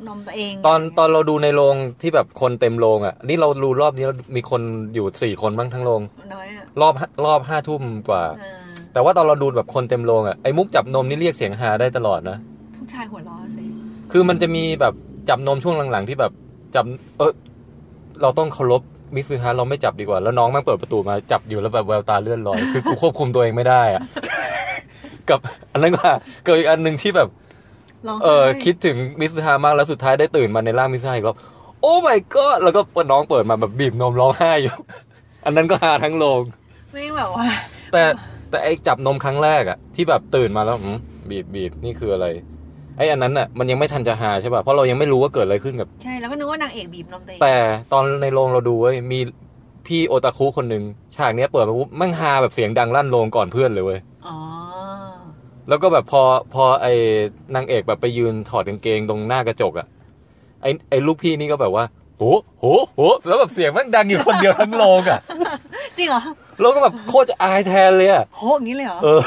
Speaker 2: นมตัวเอง
Speaker 1: ตอนตอนเราดูในโรงที่แบบคนเต็มโรงอ่ะ นี่เรารู้รอบนี้เรามีคนอยู่สี่คนบ้างทั้งโรง
Speaker 2: น้อยอะ
Speaker 1: รอบรอบห้าทุ่มกว่า
Speaker 2: เออ
Speaker 1: แต่ว่าตอนเราดูแบบคนเต็มโรงอ่ะไอ้มุกจับนมนี่เรียกเสียงฮาได้ตลอดนะ
Speaker 2: ผู้ชายหัวเราะสิ
Speaker 1: คือมันจะมีแบบจับนมช่วงหลังๆที่แบบจับเออเราต้องเคารพมิสซอฮาเราไม่จับดีกว่า แล้วน้องแม่งเปิดประตูมาจับอยู่แล้วแบบแววตาเลื่อนลอย คือกูควบคุมตัวเองไม่ได้อ่ะ กับอันนั้นก็เกิดอีกอันหนึ่งที่แบบ
Speaker 2: ร้องไห้
Speaker 1: เออคิดถึงมิสฮามากแล้วสุดท้ายได้ตื่นมาในร่างมิสฮาอีกรอบโอ้ my god แล้วก็น้องเปิดมาแบบบีบนมร้องไห้อยู่ อันนั้นก็ฮาทั้งโลง
Speaker 2: ไม่แบบว่า
Speaker 1: แต่แต่ไอ้จับนมครั้งแรกอะที่แบบตื่นมาแล้วอืมบีบบีบนี่คืออะไร ไอ้อันนั้นอะมันยังไม่ทันจะหาใช่ป่ะเพราะเรายังไม่รู้ว่าเกิดอะไรขึ้นกับ
Speaker 2: ใช่แล้วก็นึกว่านางเอกบีบนมตัวเอง
Speaker 1: แต่ตอนในโรงเราดูเว้ยมีพี่โอตาคุคนหนึ่งฉากเนี้ยเปิดมาปุ๊บแมั่งฮาแบบเสียงดังลั่นโรงก่อนเพื่อนเลยเว้ย
Speaker 2: อ๋อ
Speaker 1: แล้วก็แบบพอพอไอ้นางเอกแบบไปยืนถอดกางเกงตรงหน้ากระจกอะไอ้ไอ้ลูกพี่นี่ก็แบบว่าโหโหโหแล้วแบบเสียงแมันดังอยู่คนเดียวทั้งโรงอะ
Speaker 2: จริงเหรอ
Speaker 1: แล้วก็แบบโคตรจะอายแทนเลยอะ
Speaker 2: โหอย่างนี้เลยเหรอ
Speaker 1: เอ อ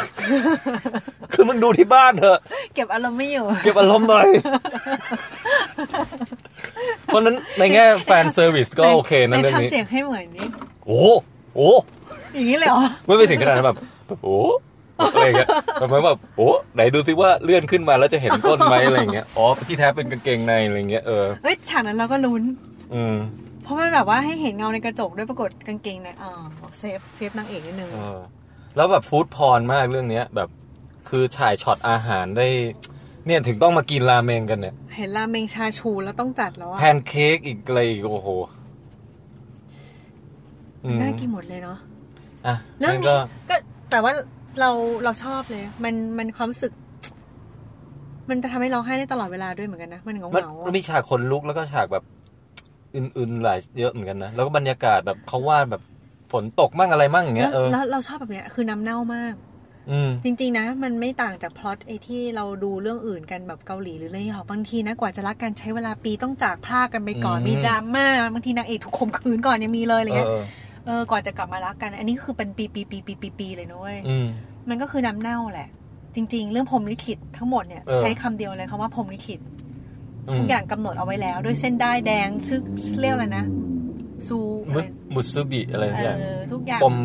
Speaker 1: คือมึงดูที่บ้านเถอะ
Speaker 2: เก็บอารมณ์ไม่อยู่
Speaker 1: เก็บอารมณ์หน่อย เพราะฉะนั้นในแง่แฟนเซอร์วิสก็โอเคนะ
Speaker 2: ไห
Speaker 1: เรื่องนี้
Speaker 2: ทำเสียงให้เหมือนนี้
Speaker 1: โอ้โหโอ้โห
Speaker 2: อย่างนี้เลยเหรอ
Speaker 1: ไม่ไปถึงขนาดนั้นแบบแบบโอ้โหอะไรอย่างเงี้ยประมาณแบบโอ้โหไหนดูซิว่าเลื่อนขึ้นมาแล้วจะเห็นต้นไหมอะไรอย่างเงี้ย อ๋อ ที่แท้เป็นกางเกงในอะไรอย่างเงี้ย เออ
Speaker 2: เอ้ยฉากนั้นเราก็ลุ้น
Speaker 1: อืม
Speaker 2: เพราะมันแบบว่าให้เห็นเงาในกระจกด้วยปรากฏกางเกงในอ่าเซฟเซฟนางเอกนิดนึง
Speaker 1: เออ แล้วแบบฟู้ดพอร์นมากเรื่องเนี้ย แบบ คือฉายช็อตอาหารได้ เนี่ยถึงต้องมากินราเมงกันเนี่ย
Speaker 2: เห็นราเมงชาชูแล้วต้องจัดแล้วอะ
Speaker 1: แพนเค้กอีกอะไรอีกโอ้โหอืม
Speaker 2: น่ากินหมดเลยเนาะ
Speaker 1: อ่ะ
Speaker 2: เรื่อง
Speaker 1: งั้น
Speaker 2: นี้
Speaker 1: ก็
Speaker 2: ก็แต่ว่าเราเราชอบเลย มันมันความรู้สึก มันจะทำให้ร้องไห้ได้ตลอดเวลาด้วยเหมือนกันนะ มันเหงา
Speaker 1: มัน
Speaker 2: เงา
Speaker 1: มันมีฉากคนลุกแล้วก็ฉากแบบอื่นๆหลายเยอะเหมือนกันนะ แล้วก็บรรยากาศแบบเขาวาดแบบฝนตกมั่งอะไรมั่งอย่างเงี้ยเออ
Speaker 2: แล้วเราชอบแบบเนี้ยคือน้ำเน่ามาก
Speaker 1: อืม
Speaker 2: จริง ๆ นะ มันไม่ต่างจากพล็อตไอ้ที่เราดูเรื่องอื่นกันแบบเกาหลีหรืออะไรนี่หรอกบางทีนะกว่าจะรักกันใช้เวลาปีต้องจากพรากกันไปก่อน
Speaker 1: อืม
Speaker 2: มีดราม่าบางทีนางเอกถูกข่มขืนก่อนยังมีเลยอะไร
Speaker 1: เออ
Speaker 2: เงี้ย
Speaker 1: เออ
Speaker 2: เออกว่อนจะกลับมารักกัน อันนี้คือเป็นปีปีปีปีปีปีเลยนะเว้ย
Speaker 1: อืม
Speaker 2: มันก็คือน้ำเน่าแหละ จริง ๆ เรื่องพรหมลิขิตทั้งหมดเนี่ย
Speaker 1: เออ
Speaker 2: ใช้คำเดียวเลยคำว่าพรหมลิขิต
Speaker 1: อืม
Speaker 2: ทุกอย่างกำหนดเอาไว้แล้วด้วยเส้นด้ายแดงชื่อเรียกอะไรนะซู
Speaker 1: มุมุสบิอะไร
Speaker 2: เอ
Speaker 1: อย่าง
Speaker 2: อทุกอย่าง
Speaker 1: ปม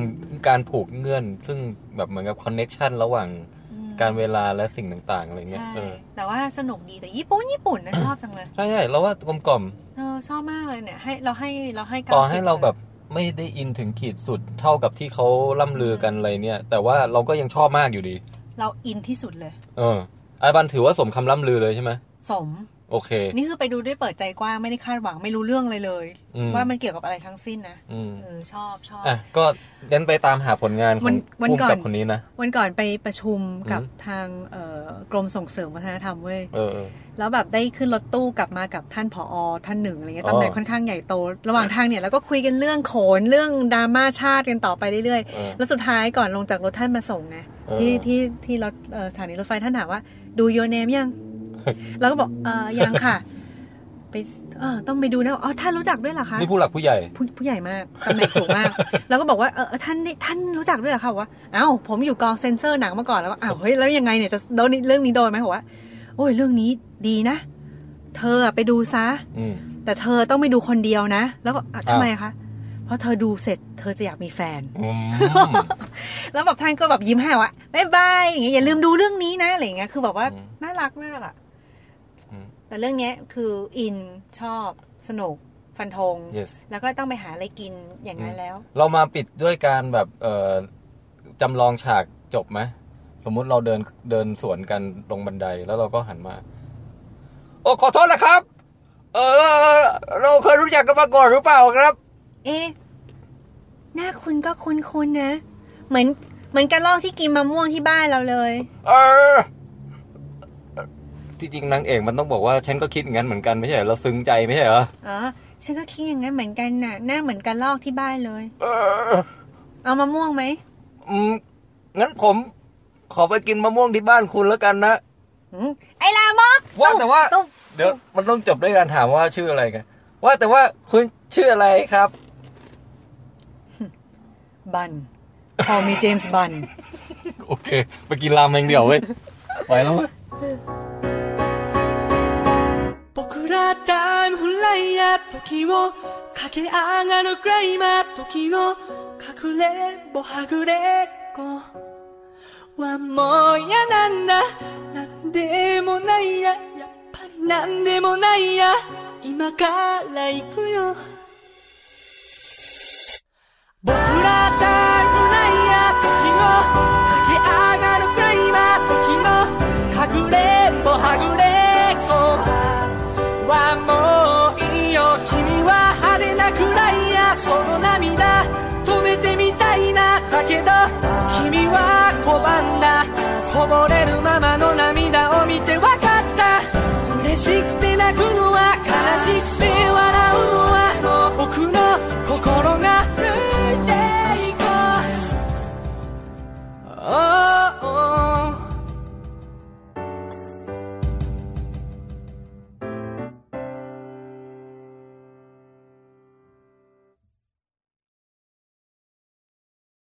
Speaker 1: การผูกเงื่อน ซึ่งแบบเหมือนกับคอนเน็ชันระหว่าง
Speaker 2: อืม
Speaker 1: การเวลาและสิ่งต่างๆอะไรเงี้ย
Speaker 2: ใช่
Speaker 1: เออ
Speaker 2: แต่ว่าสนุกดีแต่ญี่ปุ่นญี่ปุ่นนะชอบจังเลย
Speaker 1: ใช่ใช่เราว่ากลมกล่อม
Speaker 2: เออชอบมากเลยเนี่ยให้เราให้เราให้
Speaker 1: ต่อให้
Speaker 2: 90
Speaker 1: เราแบบไม่ได้อินถึงขีดสุดเท่ากับที่เขาล่ำลือกันอะไรเนี่ย แต่ว่าเราก็ยังชอบมากอยู่ดี
Speaker 2: เราอินที่สุดเลย
Speaker 1: เอออาบันถือว่าสมคำล่ำลือเลยใช่ไหม
Speaker 2: สม
Speaker 1: โอเค
Speaker 2: นี่คือไปดูด้วยเปิดใจกว้างไม่ได้คาดหวังไม่รู้เรื่องเลยเลย
Speaker 1: อืม
Speaker 2: ว่ามันเกี่ยวกับอะไรทั้งสิ้นนะ
Speaker 1: อืม
Speaker 2: เออชอบชอบ
Speaker 1: อ่ะก็เดินไปตามหาผลงานข
Speaker 2: วั
Speaker 1: อน ง
Speaker 2: วัน
Speaker 1: ผู้
Speaker 2: ก่อน
Speaker 1: กำกับคนนี้นะ
Speaker 2: วันก่อนไปประชุมกับ
Speaker 1: อืม
Speaker 2: ทางเอ่อกรมส่งเสริมวัฒนธรรมเว้ย
Speaker 1: เออเออ
Speaker 2: แล้วแบบได้ขึ้นรถตู้กลับมากับท่านผออท่านหนึ่งอะไรเงี้ย
Speaker 1: อ๋อ
Speaker 2: ตำแหน่งค่อนข้างใหญ่โต ระหว่างทางเนี่ยแล้วก็คุยกันเรื่องโขนเรื่องดราม่าชาติกันต่อไปเรื่อย
Speaker 1: เออ
Speaker 2: ๆ แล้วสุดท้ายก่อนลงจากรถท่านมาส่งไง
Speaker 1: เออ
Speaker 2: ที่ที่ที่รถเอ่อสถานีรถไฟท่านถามว่า ดูโยเนม ยัง แล้วก็บอกเออยังค่ะ ไปเออต้องไปดูนะอ๋อท่านรู้จักด้วยเหรอคะ
Speaker 1: นี่ผู้หลักผู้ใหญ่
Speaker 2: ผู้ผู้ใหญ่มากตำแหน่งสูงมาก แล้วก็บอกว่าเออเออท่านนี่ท่านรู้จักด้วยเหรอคะบอกว่าเอ้าผมอยู่กองเซนเซอร์หนังมาก่อนแล้วก็อ้าวเฮ้ยแล้วยังไงเนี่ยจะโดนเรื่องนี้โดนไหมบอกว่า โอ้ยเรื่องนี้ดีนะ เธออะไปดูซะ
Speaker 1: อืม
Speaker 2: แต่เธอต้องไปดูคนเดียวนะ แล้วก็อ่ะ
Speaker 1: อ้าว
Speaker 2: ทำไมคะเพราะเธอดูเสร็จ เธอจะอยากมีแฟน
Speaker 1: อืม
Speaker 2: แล้วแบบท่านก็แบบยิ้มให้ว่าบายบายอย่างเงี้ยอย่าลืมดูเรื่องนี้นะอะไรอย่างเงี้ยคือแบบว่า
Speaker 1: อืม
Speaker 2: น่ารักมากอะ
Speaker 1: อืม
Speaker 2: แต่เรื่องเนี้ยคืออินชอบสนุกฟันธง
Speaker 1: yes
Speaker 2: แล้วก็ต้องไปหาอะไรกินอย่างนั้นแล้ว
Speaker 1: เรามาปิดด้วยการแบบเอ่อจำลองฉากจบไหมสมมุติเราเดินเดินสวนกันลงบันไดแล้วเราก็หันมา โอ้ขอโทษนะครับ เออเราเคยรู้จักกันมาก่อนหรือเปล่าครับ
Speaker 2: เอ๊ะหน้าคุณก็คุ้นๆนนะ เหมือนเหมือนกระรอกที่กินมะม่วงที่บ้านเราเลย
Speaker 1: เออที่จริงนางเอกมันต้องบอกว่า ฉันก็คิดอย่างนั้นเหมือนกันไม่ใช่เหรอเราซึ้งใจไม่ใช่เหรอ
Speaker 2: อ๋อ ฉันก็คิดอย่างนั้นเหมือนกันน่ะ หน้าเหมือนกระรอกที่บ้านเลย
Speaker 1: เออ
Speaker 2: เอามะม่วงไหม
Speaker 1: อืมงั้นผมขอไปกินมะม่วงที่บ้านคุณแล้วกันนะ
Speaker 2: หืมไอ้ลามก
Speaker 1: ว่าแต่ว่า
Speaker 2: ตุ๊บ
Speaker 1: เดี๋ยวมันต้องจบด้วยการถามว่าชื่ออะไรกัน ว่าแต่ว่าคุณชื่ออะไรครับ
Speaker 2: บัน call me James Bun
Speaker 1: โอเค ไปกินรามเมงเดี๋ยวเว้ย ไปแล้วเว้ย
Speaker 4: 僕らタイムフライヤー時を駆け上がるクライマー時の隠れんぼはぐれっこはもう嫌なんだなんでもないややっぱりなんでもないや今から行くよ僕らタイムフライヤー時を駆け上がるクライマー時の隠れんぼはぐれっこはもういいよ君は派手なくらいやその涙止めてみたいなだけど君は拒んだこぼれるままの